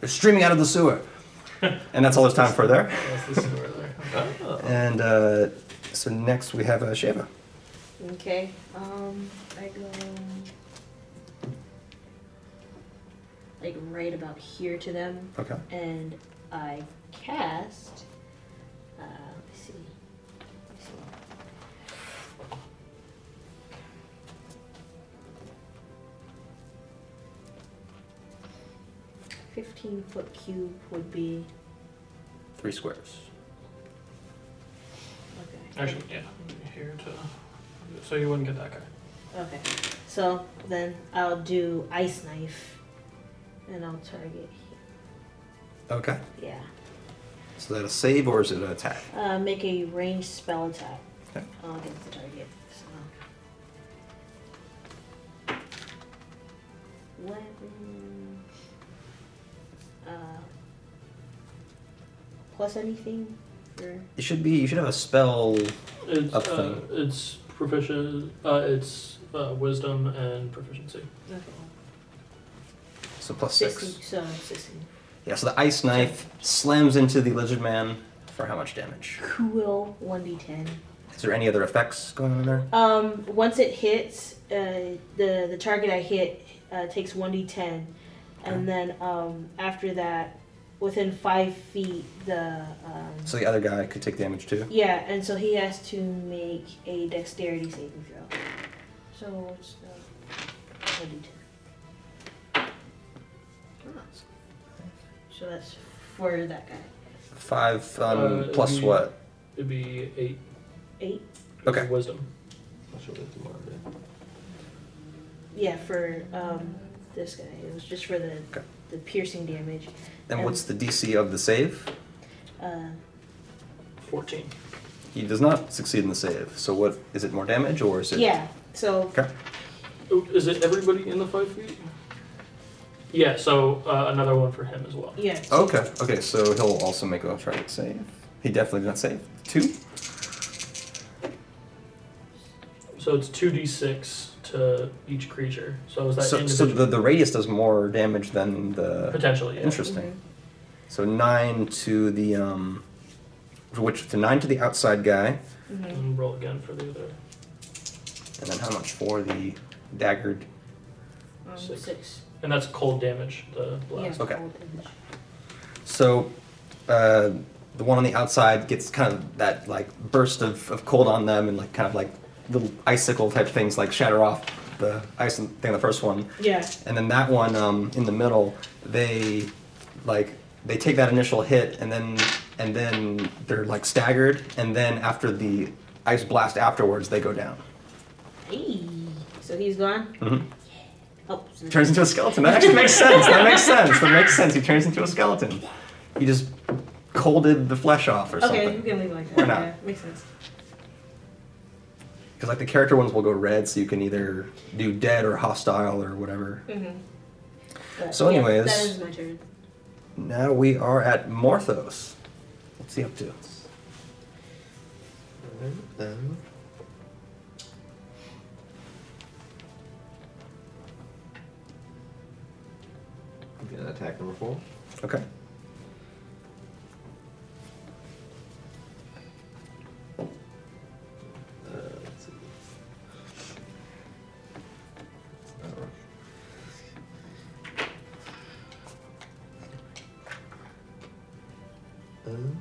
A: They're streaming out of the sewer." and that's all there's time for there.
C: That's the sewer there.
D: Oh.
A: And uh, so next we have uh, Shava.
B: Okay. Um, I go. Like right about here to them.
A: Okay.
B: and I cast. Uh, let's see. Let's see. Fifteen foot cube would be
A: Three squares.
B: okay.
C: Actually, yeah. Here to. So you wouldn't get that guy.
B: Okay, so then I'll do ice knife, and I'll target.
A: Okay.
B: he- Yeah.
A: So that a save or is it an attack?
B: Uh, make a ranged spell attack
A: Okay.
B: uh, against the target. So. Weapon. Uh, plus anything? Or,
A: It should be. You should have a spell.
C: It's,
A: Up
C: uh, it's proficient. Uh, it's uh, wisdom and proficiency.
B: okay.
A: So plus
B: 16,
A: six.
B: So 16.
A: Yeah, so the ice knife slams into the lizard man for how much damage?
B: Cool. 1d10.
A: Is there any other effects going on there?
B: Um, once it hits, uh, the the target I hit uh, takes one d ten, and then um, after that, within five feet, the um,
A: So the other guy could take damage too.
B: yeah, and so he has to make a dexterity saving throw. So what's the one d ten? So that's for that guy.
A: Five um,
C: Uh,
A: plus
C: you-
A: what?
C: It'd be eight.
B: Eight.
A: Okay.
C: Wisdom.
D: I'll show that tomorrow. Then.
B: Yeah, for um, this guy. It was just for the
A: Okay.
B: the piercing damage.
A: And what's the DC of the save?
B: Uh,
C: Fourteen.
A: He does not succeed in the save. So what is it? More damage or is it?
B: yeah. So
A: Okay.
C: Oh, Is it everybody in the five feet? Yeah. So uh, another one for him as well.
B: Yeah.
A: Okay. Okay. So he'll also make a try to save. He definitely did not save. Two.
C: So it's two d six to each creature. So is that
A: So, so
C: individual?
A: the, the radius does more damage than the.
C: potentially? Yeah.
A: Interesting. So nine to the um, which to nine to the outside guy,
B: Mhm.
C: And roll again for the other.
A: and then how much for the daggered?
B: Um,
C: Six.
B: six.
C: And that's cold damage. The
B: Yeah.
C: blast.
A: Okay.
B: cold damage.
A: So uh, the one on the outside gets kind of that like burst of, of cold on them, and like kind of like little icicle type things like shatter off the ice thing. on The first one,
B: Yeah.
A: and then that one um, in the middle they like they take that initial hit and then and then they're like staggered and then after the ice blast afterwards they go down
B: Hey. So he's gone.
A: Mhm.
B: Oh. so-
A: turns into a skeleton that actually makes sense that makes sense that makes sense he turns into a skeleton he just colded the flesh off or
B: Okay, you
A: something
B: can leave it like that.
A: Or not.
B: Yeah, makes sense.
A: because like the character ones will go red so you can either do dead or hostile or whatever
B: Mm-hmm. But,
A: So
B: Mm-hmm. yeah,
A: anyways-
B: that is my turn.
A: now we are at morthos what's he up to
C: Mm-hmm.
D: Then- Again, attack number four.
A: okay
D: Uh, let's see. It's not right. Um,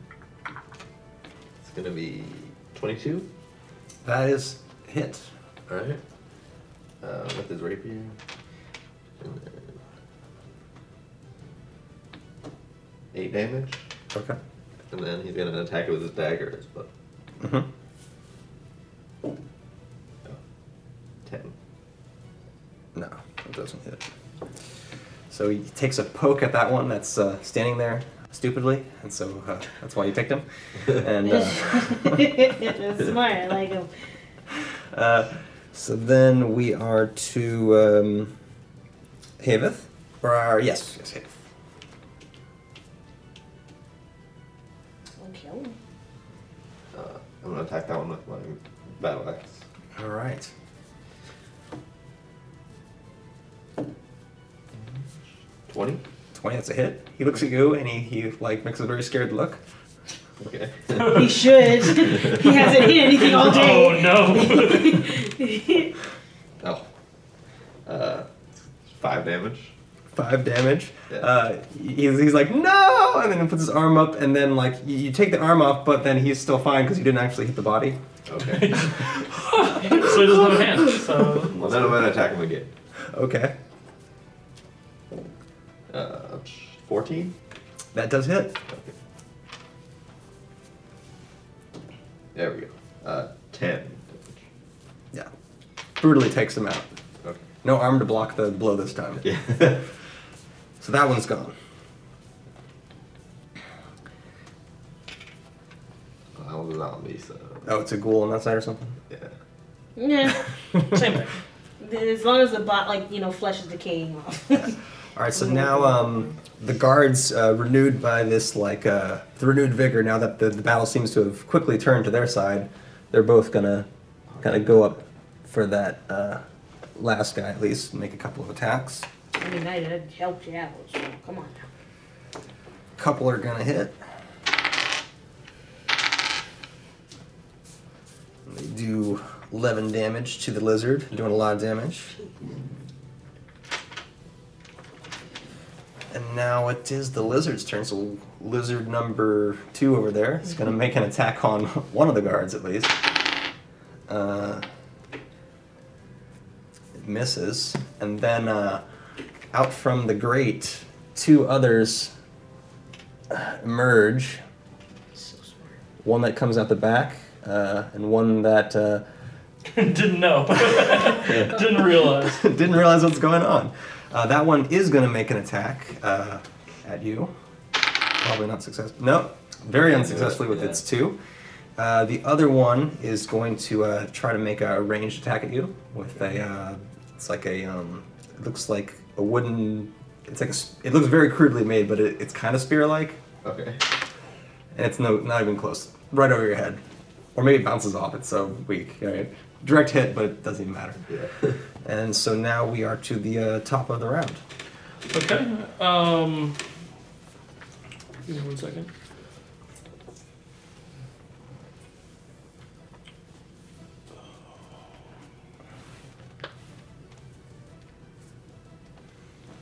D: it's gonna be 22.
A: that is hit
D: Alright. Uh, with his rapier. And then. 8 damage.
A: okay
D: And then he's gonna attack it with his dagger as well.
A: mm-hmm.
D: 10.
A: No, it doesn't hit. So he takes a poke at that one that's uh, standing there stupidly, and so uh, that's why you picked him. And uh,
B: That's smart. I like him.
A: uh, so then we are to um, Havith, or uh, yes, yes, Havith.
B: Okay. I'll-
D: Uh, I'm gonna attack that one with my battle axe.
A: All right.
D: Twenty.
A: Twenty. That's a hit. He looks at you, and he, he like makes a very scared look.
D: Okay.
B: He should. he hasn't hit anything all
C: Oh
B: day.
C: no!
D: oh. Uh, five damage.
A: Five damage.
D: Yeah.
A: Uh, he's, he's like no, and then he puts his arm up, and then like you, you take the arm off, but then he's still fine because you didn't actually hit the body.
D: Okay.
C: so he doesn't have a hand. So
D: well, then I'm gonna attack him again.
A: Okay,
D: Uh, fourteen.
A: that does hit.
D: Okay. There we go. Uh, ten.
A: Yeah, brutally takes him out.
D: Okay.
A: No arm to block the blow this time.
D: Yeah.
A: So that one's gone.
D: I was a zombie, so
A: Oh, it's a ghoul on that side or something.
D: yeah.
B: Yeah.
C: same thing.
B: As long as the bot, like you know, flesh is decaying off.
A: All right, so now um, the guards uh, renewed by this like uh, the renewed vigor. Now that the, the battle seems to have quickly turned to their side, they're both gonna kind of go up for that uh, last guy at least, make a couple of attacks.
B: I mean, I, I helped you out. So come on. now.
A: couple are gonna hit. They do 11 damage to the lizard, doing a lot of damage. And now it is the lizard's turn, so lizard number two over there is gonna make an attack on one of the guards at least. Uh, it misses, and then uh, out from the grate, two others emerge.
B: So smart.
A: One that comes out the back, uh, and one that uh,
C: Didn't know. Didn't realize.
A: didn't realize what's going on. Uh, that one is going to make an attack uh, at you. Probably not successful. No, very unsuccessfully with
D: Yeah.
A: its two. Uh, the other one is going to uh, try to make a ranged attack at you with a. Uh, it's like a. Um, it looks like a wooden. It's like a, s- it looks very crudely made, but it, it's kind of spear-like,
D: Okay.
A: and it's no not even close. Right over your head, or maybe it bounces off. It's so weak. Right? Direct hit, but it doesn't even matter.
D: Yeah.
A: And so now we are to the uh, top of the round.
C: Okay. Um. Give me one second.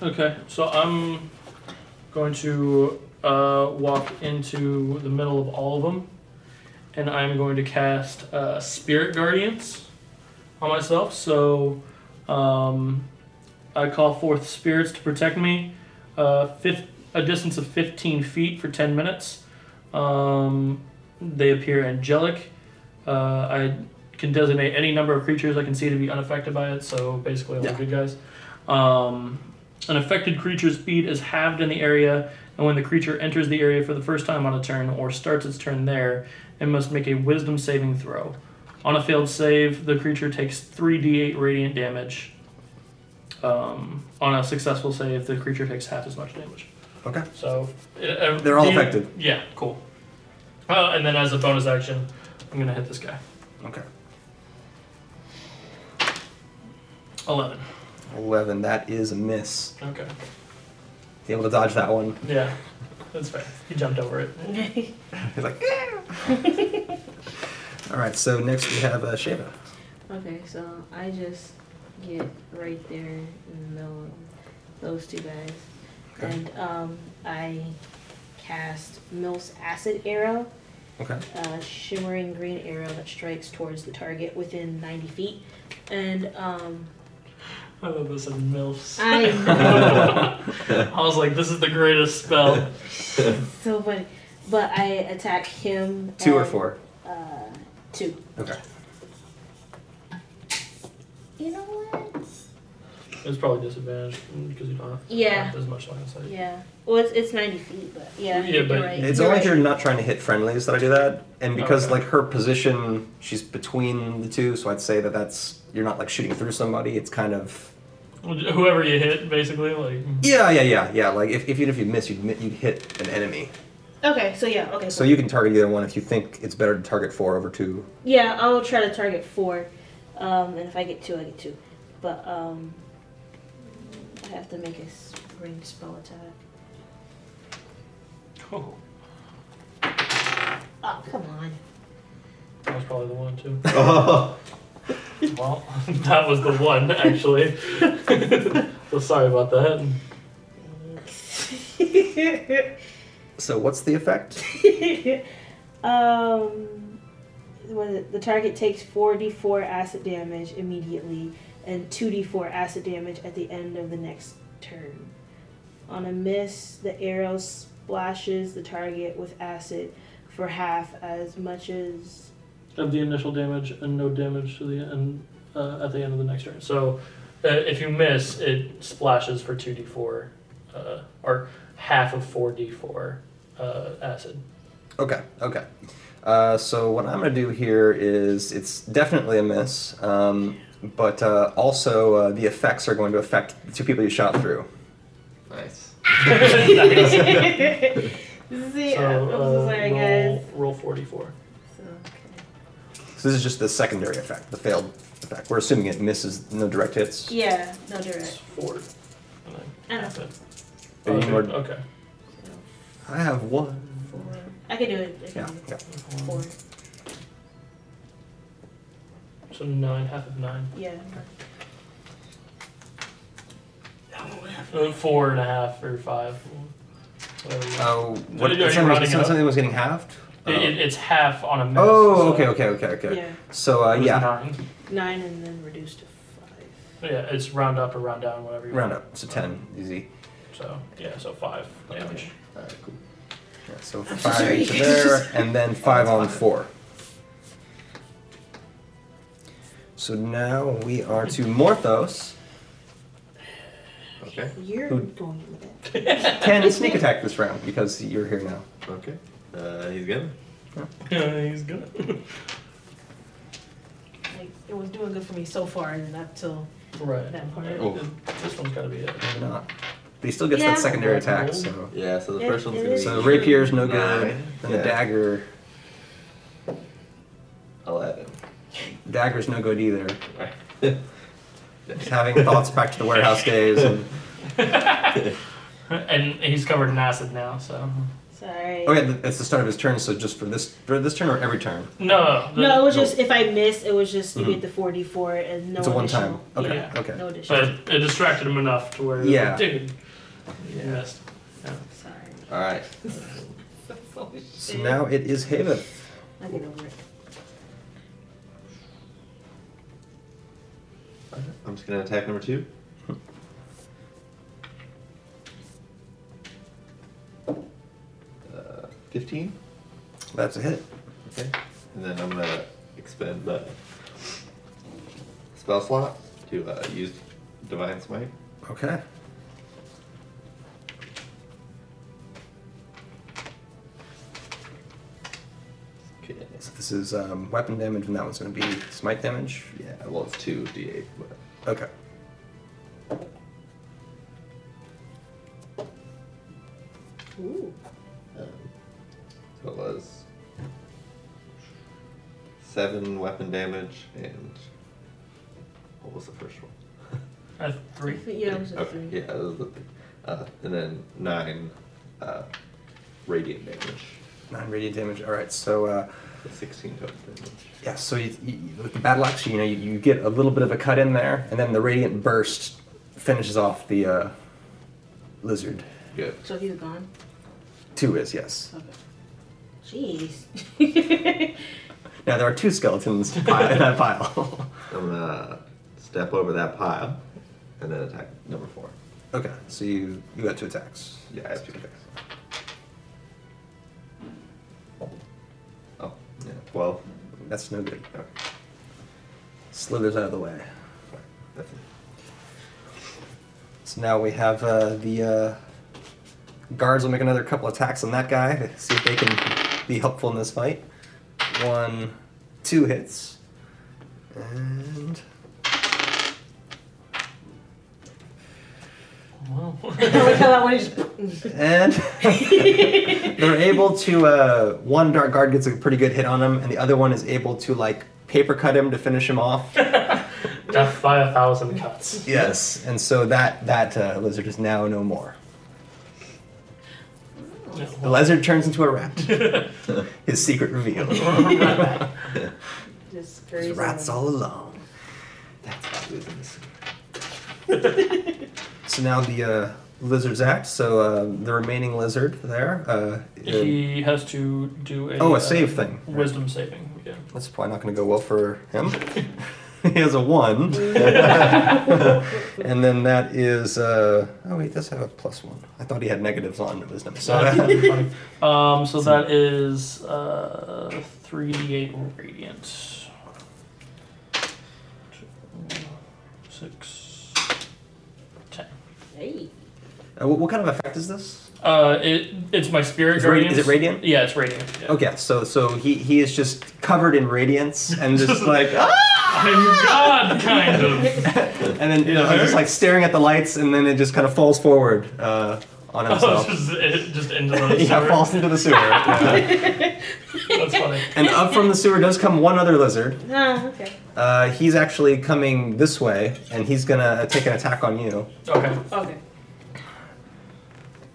C: Okay, so I'm going to uh, walk into the middle of all of them, and I'm going to cast uh, Spirit Guardians on myself. So um, I call forth spirits to protect me. Uh, fif- a distance of 15 feet for 10 minutes. Um, they appear angelic. Uh, I can designate any number of creatures I can see to be unaffected by it, so basically all
A: Yeah.
C: the good guys. Um, an affected creature's speed is halved in the area, and when the creature enters the area for the first time on a turn or starts its turn there, it must make a wisdom saving throw. On a failed save, the creature takes 3d8 radiant damage. Um, on a successful save, the creature takes half as much damage.
A: Okay.
C: So uh, uh,
A: They're all
C: the-
A: affected.
C: Yeah, cool. Uh, and then as a bonus action, I'm gonna hit this guy.
A: Okay.
C: Eleven.
A: 11. That is a miss.
C: Okay.
A: Be able to dodge that one.
C: Yeah, that's fair. He jumped over it.
A: He's like, "Ah." All right, so next we have uh, Shava.
F: Okay, so I just get right there in the middle of those two guys.
A: Okay.
F: And um, I cast Mills Acid Arrow,
A: Okay.
F: a shimmering green arrow that strikes towards the target within 90 feet. And um,
C: I love this in milfs.
F: I
C: I was like, this is the greatest spell.
F: so funny, but I attack him.
A: Two or
F: at,
A: four.
F: Uh, two.
A: Okay.
E: You know what?
C: It's probably disadvantaged because you don't have
F: Yeah.
C: as much line of sight.
F: Yeah. Well, it's, it's 90 feet, but yeah.
C: Yeah, but-
F: you're right.
A: It's
F: you're
A: only
F: right.
A: if you're not trying to hit friendlies that I do that. And because,
C: Okay.
A: like, her position, she's between the two, so I'd say that that's, you're not, like, shooting through somebody. It's kind of,
C: Whoever you hit, basically, like.
A: yeah, yeah, yeah, yeah. Like, if, if even if you miss, you'd, mi- you'd hit an enemy.
B: Okay, so yeah, okay.
A: So you can target either one if you think it's better to target four over two.
B: Yeah, I'll try to target four. Um, and if I get two, I get two.
F: But um, I have to make a spring spell attack.
C: Oh,
B: Ah,
F: Oh, come on.
C: that was probably the one too.
D: Oh,
C: Well, that was the one actually. so sorry about that.
A: So what's the effect?
B: um, what is it? the target takes 4d4 acid damage immediately and 2d4 acid damage at the end of the next turn. On a miss, the arrow splashes the target with acid for half as much as.
C: of the initial damage and no damage to the end uh, at the end of the next turn. So uh, if you miss, it splashes for two d four, uh, or half of four d four uh, acid.
A: Okay, okay. Uh, so what I'm gonna do here is it's definitely a miss, um, but uh, also uh, the effects are going to affect the two people you shot through.
D: nice.
C: Nice.
B: See,
C: So
B: I'm
C: uh,
B: sorry,
C: roll,
B: guys.
C: roll four d four.
F: So, okay.
A: So this is just the secondary effect, the failed effect. We're assuming it misses, no direct hits.
B: Yeah, no
C: It's
B: direct.
C: four. And then
B: I know.
C: half it.
A: Any
C: Okay.
A: more-
C: okay.
A: I have one.
B: Four. I can do it. I can
A: Yeah,
B: do it.
A: yeah. Uh,
B: Four.
C: So nine, half of nine.
B: Yeah.
C: Uh, Four and a half or five. Whatever.
A: Oh, what?
C: Are you
A: Something,
C: rounding up?
A: something was getting halved.
C: It- it, it's half on a mess.
A: oh,
C: so
A: okay, okay, okay, okay.
B: Yeah.
A: So uh,
C: it was
A: yeah,
C: Nine.
B: Nine and then reduced to five.
C: But yeah, it's round up or round down, whatever you
A: round up. So ten, easy.
C: want. So yeah, so five damage.
A: All right, cool. Yeah, so
B: I'm so
A: five
B: sorry.
A: to there, and then five on four. So now we are to Morthos.
D: Okay.
B: You're
A: Who-
B: going with it.
A: Can sneak attack this round because you're here now.
D: Okay. Uh, he's gonna.
C: Yeah, he's good.
B: Like, it was doing good for me so far, and up till
C: right.
B: That part.
D: Oh.
C: This one's gotta be it.
A: Maybe not. But he still gets
B: Yeah.
A: that secondary attack. So,
D: Yeah. So the
B: Yeah,
D: first one's
B: it
D: gonna be.
B: is.
A: so rapier's no good,
D: Nine.
A: and
D: Yeah.
A: the dagger
D: Eleven.
A: dagger's no good either.
D: Right.
A: Just having thoughts back to the warehouse days. And,
C: and he's covered in acid now, so.
B: Sorry.
A: okay, th- it's the start of his turn. So just for this for this turn or every turn.
C: No. the-
B: No, it was just if I miss, it was just you
A: Mhm.
B: get the four d four and no.
A: it's a one
B: additional.
A: time. Okay,
C: Yeah.
A: okay.
B: No additional.
C: But it distracted him enough to where.
A: Yeah.
C: Dude. you missed.
B: Sorry.
D: All right.
A: So now it is Haven.
F: I get over it.
D: I'm just gonna attack number two. Uh, Fifteen.
A: That's a hit.
D: Okay. And then I'm gonna expend the spell slot to uh, use divine smite.
A: Okay.
D: Okay.
A: So this is um, weapon damage, and that one's going to be smite damage.
D: Yeah. Well, it's two d8, but
A: Okay.
B: Ooh.
D: Um, so it was seven weapon damage and what was the first one?
C: Uh, three.
B: Yeah. It was a
D: Okay,
B: three.
D: yeah, that was the three. Uh, and then nine uh, radiant damage,
A: Nine radiant damage. All right. So uh,
D: so sixteen total damage.
A: yeah. So you, you, with the battle axe, you know, you, you get a little bit of a cut in there, and then the radiant burst finishes off the uh, lizard.
D: Good.
F: So he's gone.
A: Two is yes.
B: Jeez.
A: Now there are two skeletons pi- in that pile.
D: I'm gonna step over that pile and then attack number four.
A: okay. So you you got two attacks.
D: Yeah, I have two attacks. Oh, yeah, twelve.
A: That's no good.
D: Okay,
A: Slithers out of the way.
D: fine. That's it.
A: So now we have uh, the uh, guards will make another couple attacks on that guy to see if they can be helpful in this fight. One, two hits, and
C: Wow.
B: I wanna just-
A: and they're able to. Uh, one dark guard gets a pretty good hit on him, and the other one is able to like paper cut him to finish him off.
C: Death by a thousand cuts.
A: yes, and so that that uh, lizard is now no more. The lizard turns into a rat. His secret reveal.
F: Just
A: There's
F: crazy.
A: rats all along.
D: That's why losing this.
A: So now the uh, lizard's act. So uh, the remaining lizard there. Uh, uh,
C: He has to do a.
A: oh,
C: uh,
A: a save thing.
C: Wisdom saving. Yeah.
A: That's probably not going to go well for him. he has a one, and then that is. Uh, oh, he does have a plus one. I thought he had negatives on wisdom. So
C: That'd be funny. um, so that is uh, 3d8 radiant. Two, Six, ten.
B: Hey.
A: uh, what, what kind of effect is this?
C: Uh, it, it's my spirit
A: Is radi-
C: guardian.
A: is it radiant?
C: Yeah, it's radiant. Yeah.
A: Okay, so so he he is just covered in radiance and just like ah!
C: I'm God, kind of.
A: and then you know, just like staring at the lights and then it just kind of falls forward uh, on
C: Oh,
A: himself.
C: just, it, just into the
A: yeah,
C: sewer.
A: falls into the sewer. yeah.
C: That's funny.
A: And up from the sewer does come one other lizard.
B: Ah, okay.
A: Uh, he's actually coming this way, and he's gonna take an attack on you.
C: Okay.
F: Okay.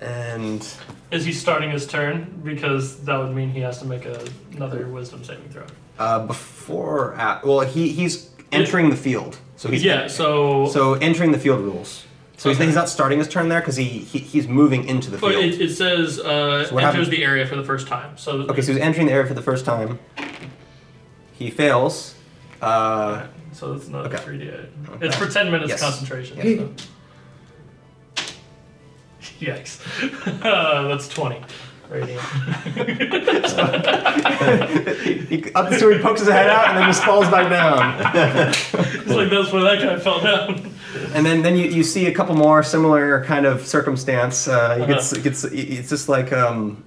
A: And
C: Is he starting his turn? Because that would mean he has to make a, another wisdom saving throw.
A: Uh, before, uh, well, he he's entering the field, so he's
C: yeah, so.
A: So entering the field rules. So he's,
C: Okay. Oh,
A: he's not starting his turn there because he, he he's moving into the
C: but
A: field.
C: it, it says uh,
A: So what
C: enters
A: happens-
C: the area for the first time. So
A: okay, so he's entering the area for the first time. He fails. Uh,
C: So it's another
A: Okay.
C: 3d8.
A: Okay.
C: It's for 10 minutes
A: Yes.
C: concentration.
A: Yes.
C: so. Yikes. Uh, that's 20. Radiant.
A: he, up the sewer, he pokes his head out and then just falls back down.
C: it's like that's where that guy fell down.
A: and then then you, you see a couple more similar kind of circumstance. Uh, you
C: Uh-huh.
A: gets, gets, it's just like um,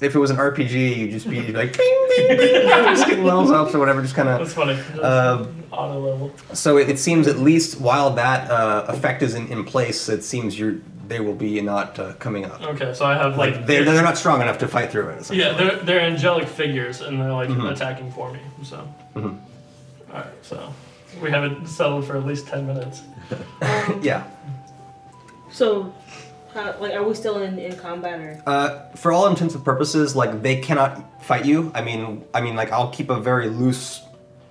A: if it was an RPG, you'd just be like bing bing bing, bing just getting levels ups or whatever, just kind of
C: That's funny. That's
A: Uh,
C: auto level.
A: So it, it seems at least while that uh, effect is in, in place, it seems you're they will be not uh, coming up.
C: Okay, so I have like.
A: Like they're, they're not strong enough to fight through it. essentially.
C: yeah, they're, they're angelic figures and they're like
A: Mhm.
C: attacking for me. So.
A: Mhm.
C: Alright, so. We haven't settled for at least 10 minutes.
A: yeah.
B: So, how, like, are we still in, in combat or?
A: Uh, for all intents and purposes, like they cannot fight you. I mean, I mean, like I'll keep a very loose,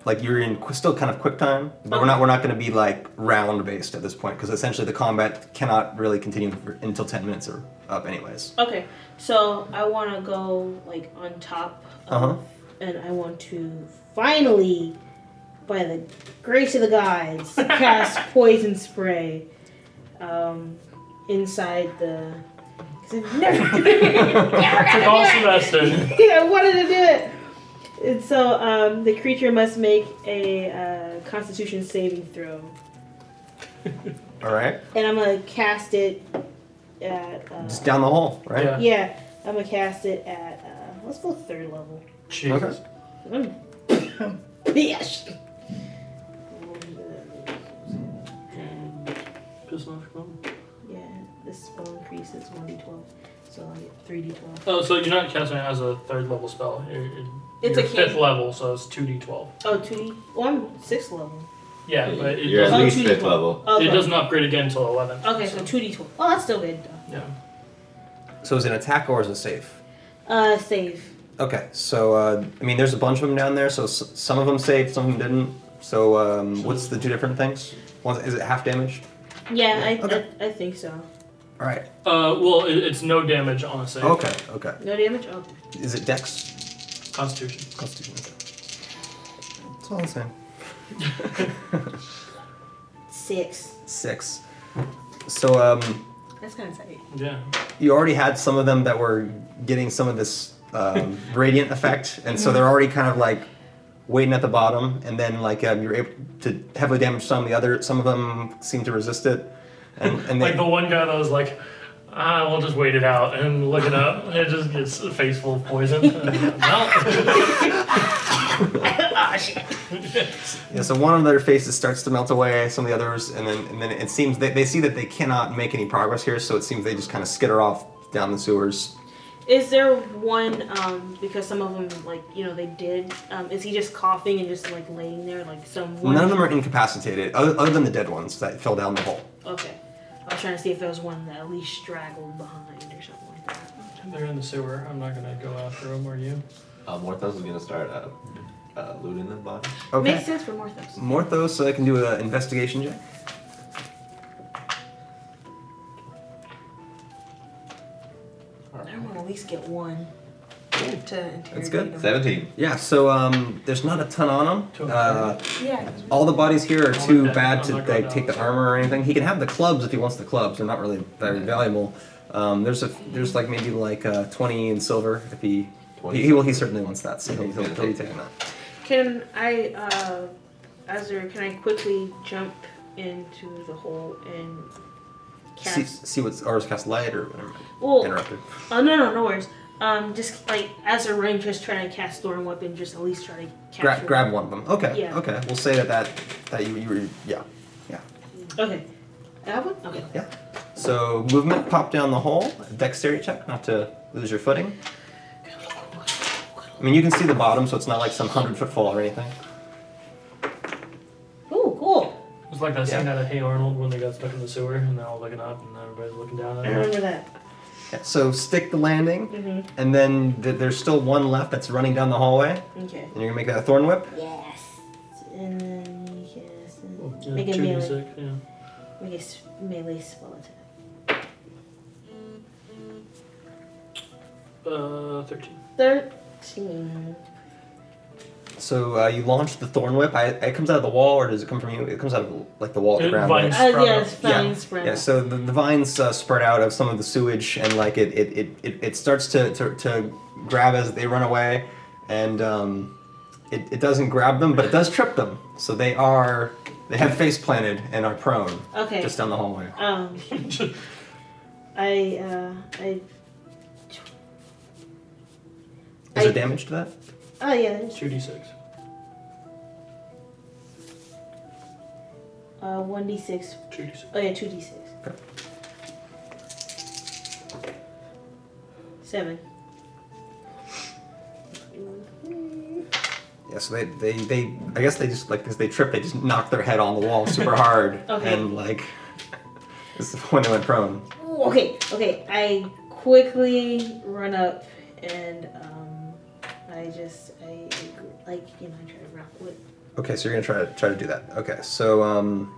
A: like you're in qu- still kind of quick time, but we're not we're not going to be like round based at this point because essentially the combat cannot really continue for, until ten minutes are up, anyways.
B: Okay, so I want to go like on top, of,
A: Uh-huh.
B: and I want to finally, by the grace of the gods, cast poison spray um, inside the. Cause I've never, never
C: Took all semester.
B: I wanted to do it. And so um, the creature must make a uh, Constitution saving throw,
A: All right,
B: and I'm gonna cast it at. Uh,
A: just down the hole, right?
C: Yeah.
B: yeah, I'm gonna cast it at. Uh, let's go third level.
C: Jesus.
A: Okay.
B: I'm pissed.
C: Piss off, come on.
B: Yeah, this spell increases 1d12, so I get 3d12.
C: Oh, so you're not casting it as a third level spell. You're, you're-
B: It's
C: you're
B: a
C: fifth
B: can-
C: level, so it's two d twelve.
B: Oh, 2d? Well, I'm 6th level.
C: Yeah, but it,
D: You're at
B: does-
C: doesn't,
D: least
B: Oh, two
D: fifth
B: people.
D: level.
C: it
B: Okay,
C: doesn't upgrade again until eleven.
B: okay so 2d12. Oh, that's still good. though.
C: yeah.
A: So is it an attack or is it safe?
B: Uh, save.
A: Okay, so uh, I mean, there's a bunch of them down there. So s- some of them saved, some of them didn't. So um, what's the two different things? One, is it half damaged?
B: Yeah, I,
A: Okay.
B: I, I think so.
A: All right.
C: Uh, well, it, it's no damage on a save.
A: Okay. Okay.
B: No damage? Oh,
A: Is it Dex?
C: Constitution.
A: Constitution. Okay. It's all the same.
B: 6.
A: Six. So um,
B: That's kind of tight.
C: Yeah.
A: you already had some of them that were getting some of this um, radiant effect, and so they're already kind of like waiting at the bottom, and then like um, you're able to heavily damage some. The other, some of them seem to resist it, and, and they,
C: Like the one guy that was like, ah, we'll just wait it out and look it up. It just gets a face full of poison. Uh,
B: Ah, shit.
A: yeah, so one of their faces starts to melt away, some of the others, and then and then it seems they, they see that they cannot make any progress here, so it seems they just kind of skitter off down the sewers.
B: Is there one, um, because some of them, like, you know, they did, um, is he just coughing and just, like, laying there, like, some one-
A: None of them are incapacitated, other, other than the dead ones that fell down the hole.
B: Okay. I was trying to see if there was one that at least straggled behind or something like that.
C: no. They're in the sewer. I'm not gonna go after them. Are you?
D: Uh, Morthos is gonna start uh, uh, looting them bodies.
A: Okay.
B: Makes sense for Morthos.
A: Morthos, so I can do an investigation check.
B: I want to at least get one to interrogate
A: That's good.
B: him.
D: Seventeen.
A: Yeah, so um, there's not a ton on
C: Two.
A: them. Uh,
B: Yeah.
A: all the bodies here are
C: I'll
A: too
C: look
A: bad
C: that-
A: to
C: I'll look
A: like,
C: that
A: take the
C: up.
A: armor or anything. He can have the clubs if he wants the clubs. They're not really very valuable. Um, there's a there's like maybe like uh, 20 in silver if he.
D: 20.
A: He, he- well, he certainly wants that, so he'll,
D: He's
A: he'll,
D: gonna
A: he'll be
D: take that.
A: taking that.
B: Can I, uh, Azure, can I quickly jump into the hole and
A: See,
B: cast?
A: see what's ours cast light or whatever.
B: well,
A: Interrupted.
B: oh, no, no, no worries. Um, just like as a range, just trying to cast Thorn Weapon, just at least try to capture.
A: Grab grab one of them. Okay.
B: Yeah.
A: Okay. We'll say that that that you you were yeah yeah
B: Okay. That one? Okay.
A: yeah. So movement, pop down the hole, dexterity check, not to lose your footing. I mean, you can see the bottom, so it's not like some hundred foot fall or anything.
B: Ooh, cool.
C: It's like that scene out of Hey Arnold when they got stuck in the sewer and they're all looking up and everybody's looking down
B: I
C: at them.
B: remember that.
A: Yeah, so stick the landing,
B: Mm-hmm.
A: and then th- there's still one left that's running down the hallway,
B: Okay.
A: and you're gonna make that a thorn whip.
E: Yes.
B: And then you can
C: Oh, yeah,
B: Make a
C: two
B: melee.
C: d6, yeah.
B: make a s- melee spell attack.
C: Uh, 13.
B: Thirteen.
A: So uh, you launch the thorn whip. I, it comes out of the wall, or does it come from you? It comes out of like the wall, the
C: It
A: ground.
C: vines
A: right?
B: Uh,
C: Sprout
B: yeah,
C: up.
B: it's fine.
A: Yeah.
B: Sprout
A: Yeah,
B: up.
A: so the, the vines uh, spread out of some of the sewage, and like it it, it, it, it starts to, to, to grab as they run away, and um, it, it doesn't grab them, but it does trip them. So they are they have face planted and are prone
B: Okay.
A: just down the hallway.
B: Um, I uh, I
A: Is
B: I-
A: there damage to that?
B: oh yeah. there's,
C: 2d6.
B: Uh, one d six.
C: 2d6.
B: Oh yeah, two d six.
A: Okay.
B: Seven.
A: Yeah, so they, they, they I guess they just like as they trip, they just knock their head on the wall super hard,
B: Okay.
A: and like this is when they went prone.
B: Ooh, okay, okay. I quickly run up and um, I just I I- like you know I try to grapple it.
A: Okay, so you're gonna try to try to do that. Okay, so um,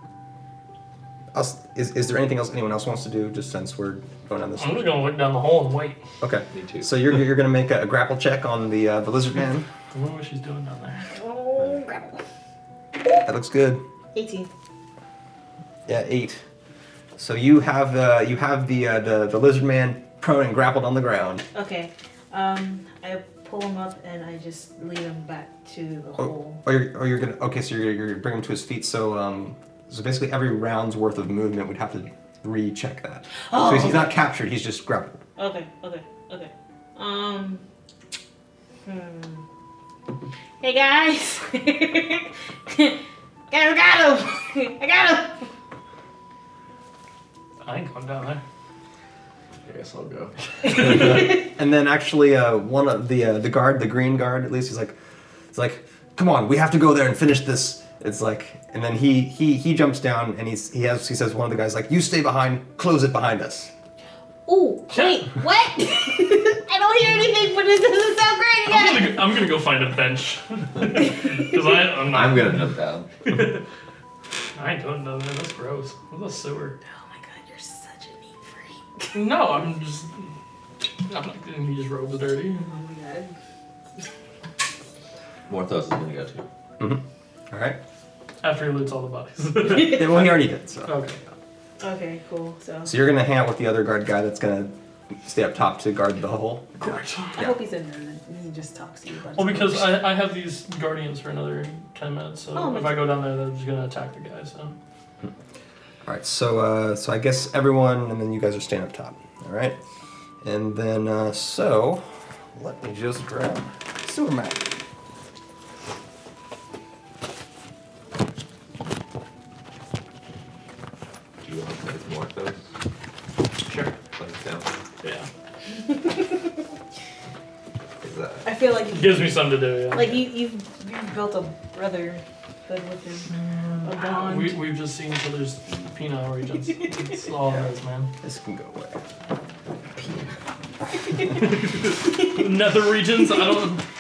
A: I'll s is is there anything else anyone else wants to do? Just since we're going on this.
C: I'm just gonna look down the hole and wait.
A: Okay,
D: Me too.
A: so you're you're gonna make a, grapple check on the uh, the lizard man.
C: I wonder what she's doing down there.
B: Oh, grapple.
A: That looks good.
B: Eighteen.
A: Yeah, eight. So you have the you have the uh, the the lizard man prone and grappled on the ground.
B: Okay. Um, I pull him up and I just lead him back to the hole.
A: Oh, you're, oh, you're gonna okay. So you're, you're gonna bring him to his feet. So um, so basically every round's worth of movement would have to recheck that.
B: Oh,
A: so he's, he's not captured. He's just grappled.
B: Okay, okay, okay. Um. Hmm. Hey guys! guys, I got him! I got him!
C: I ain't going down there.
D: I guess I'll go.
A: And then actually, uh, one of the uh, the guard, the green guard, at least, he's like, it's like, come on, we have to go there and finish this. It's like, and then he he he jumps down and he's he has he says one of the guys like, you stay behind, close it behind us.
B: Ooh, wait, what? I don't hear anything, but this doesn't sound great
C: I'm
B: again!
C: gonna, go, I'm gonna go find a bench. Cause I, I'm not.
D: I'm gonna nut down.
C: I ain't going down there. That's gross. That's a sewer.
B: Oh my god, you're such a neat freak.
C: No, I'm just. I'm not getting these robes dirty.
F: Oh my god.
D: Morthos is gonna go too.
A: All right.
C: After he loots all the bodies.
A: Yeah, well, he already did. So
C: okay.
B: Okay, cool. So,
A: so you're gonna hang out with the other guard guy that's gonna stay up top to guard the hole.
C: Great.
F: I hope he's a nerd and he just talks to you about
C: Well, because I, I have these guardians for another 10 minutes, so
B: Oh,
C: if
B: my-
C: I go down there, they're just gonna attack the guy, so.
A: All right. So uh, so I guess everyone and then you guys are staying up top. All right. And then uh, so, let me just grab sewer map.
D: Do you want to play with Morthos?
C: Sure.
D: Like down.
C: Yeah.
D: Is that?
B: I feel like
C: It gives me something to do, yeah.
B: Like you, you've, you've built a brotherhood with him, a bond.
C: we, we've just seen each other's penile regions. It's all it is, man.
A: This can go away.
C: Nether regions? I don't.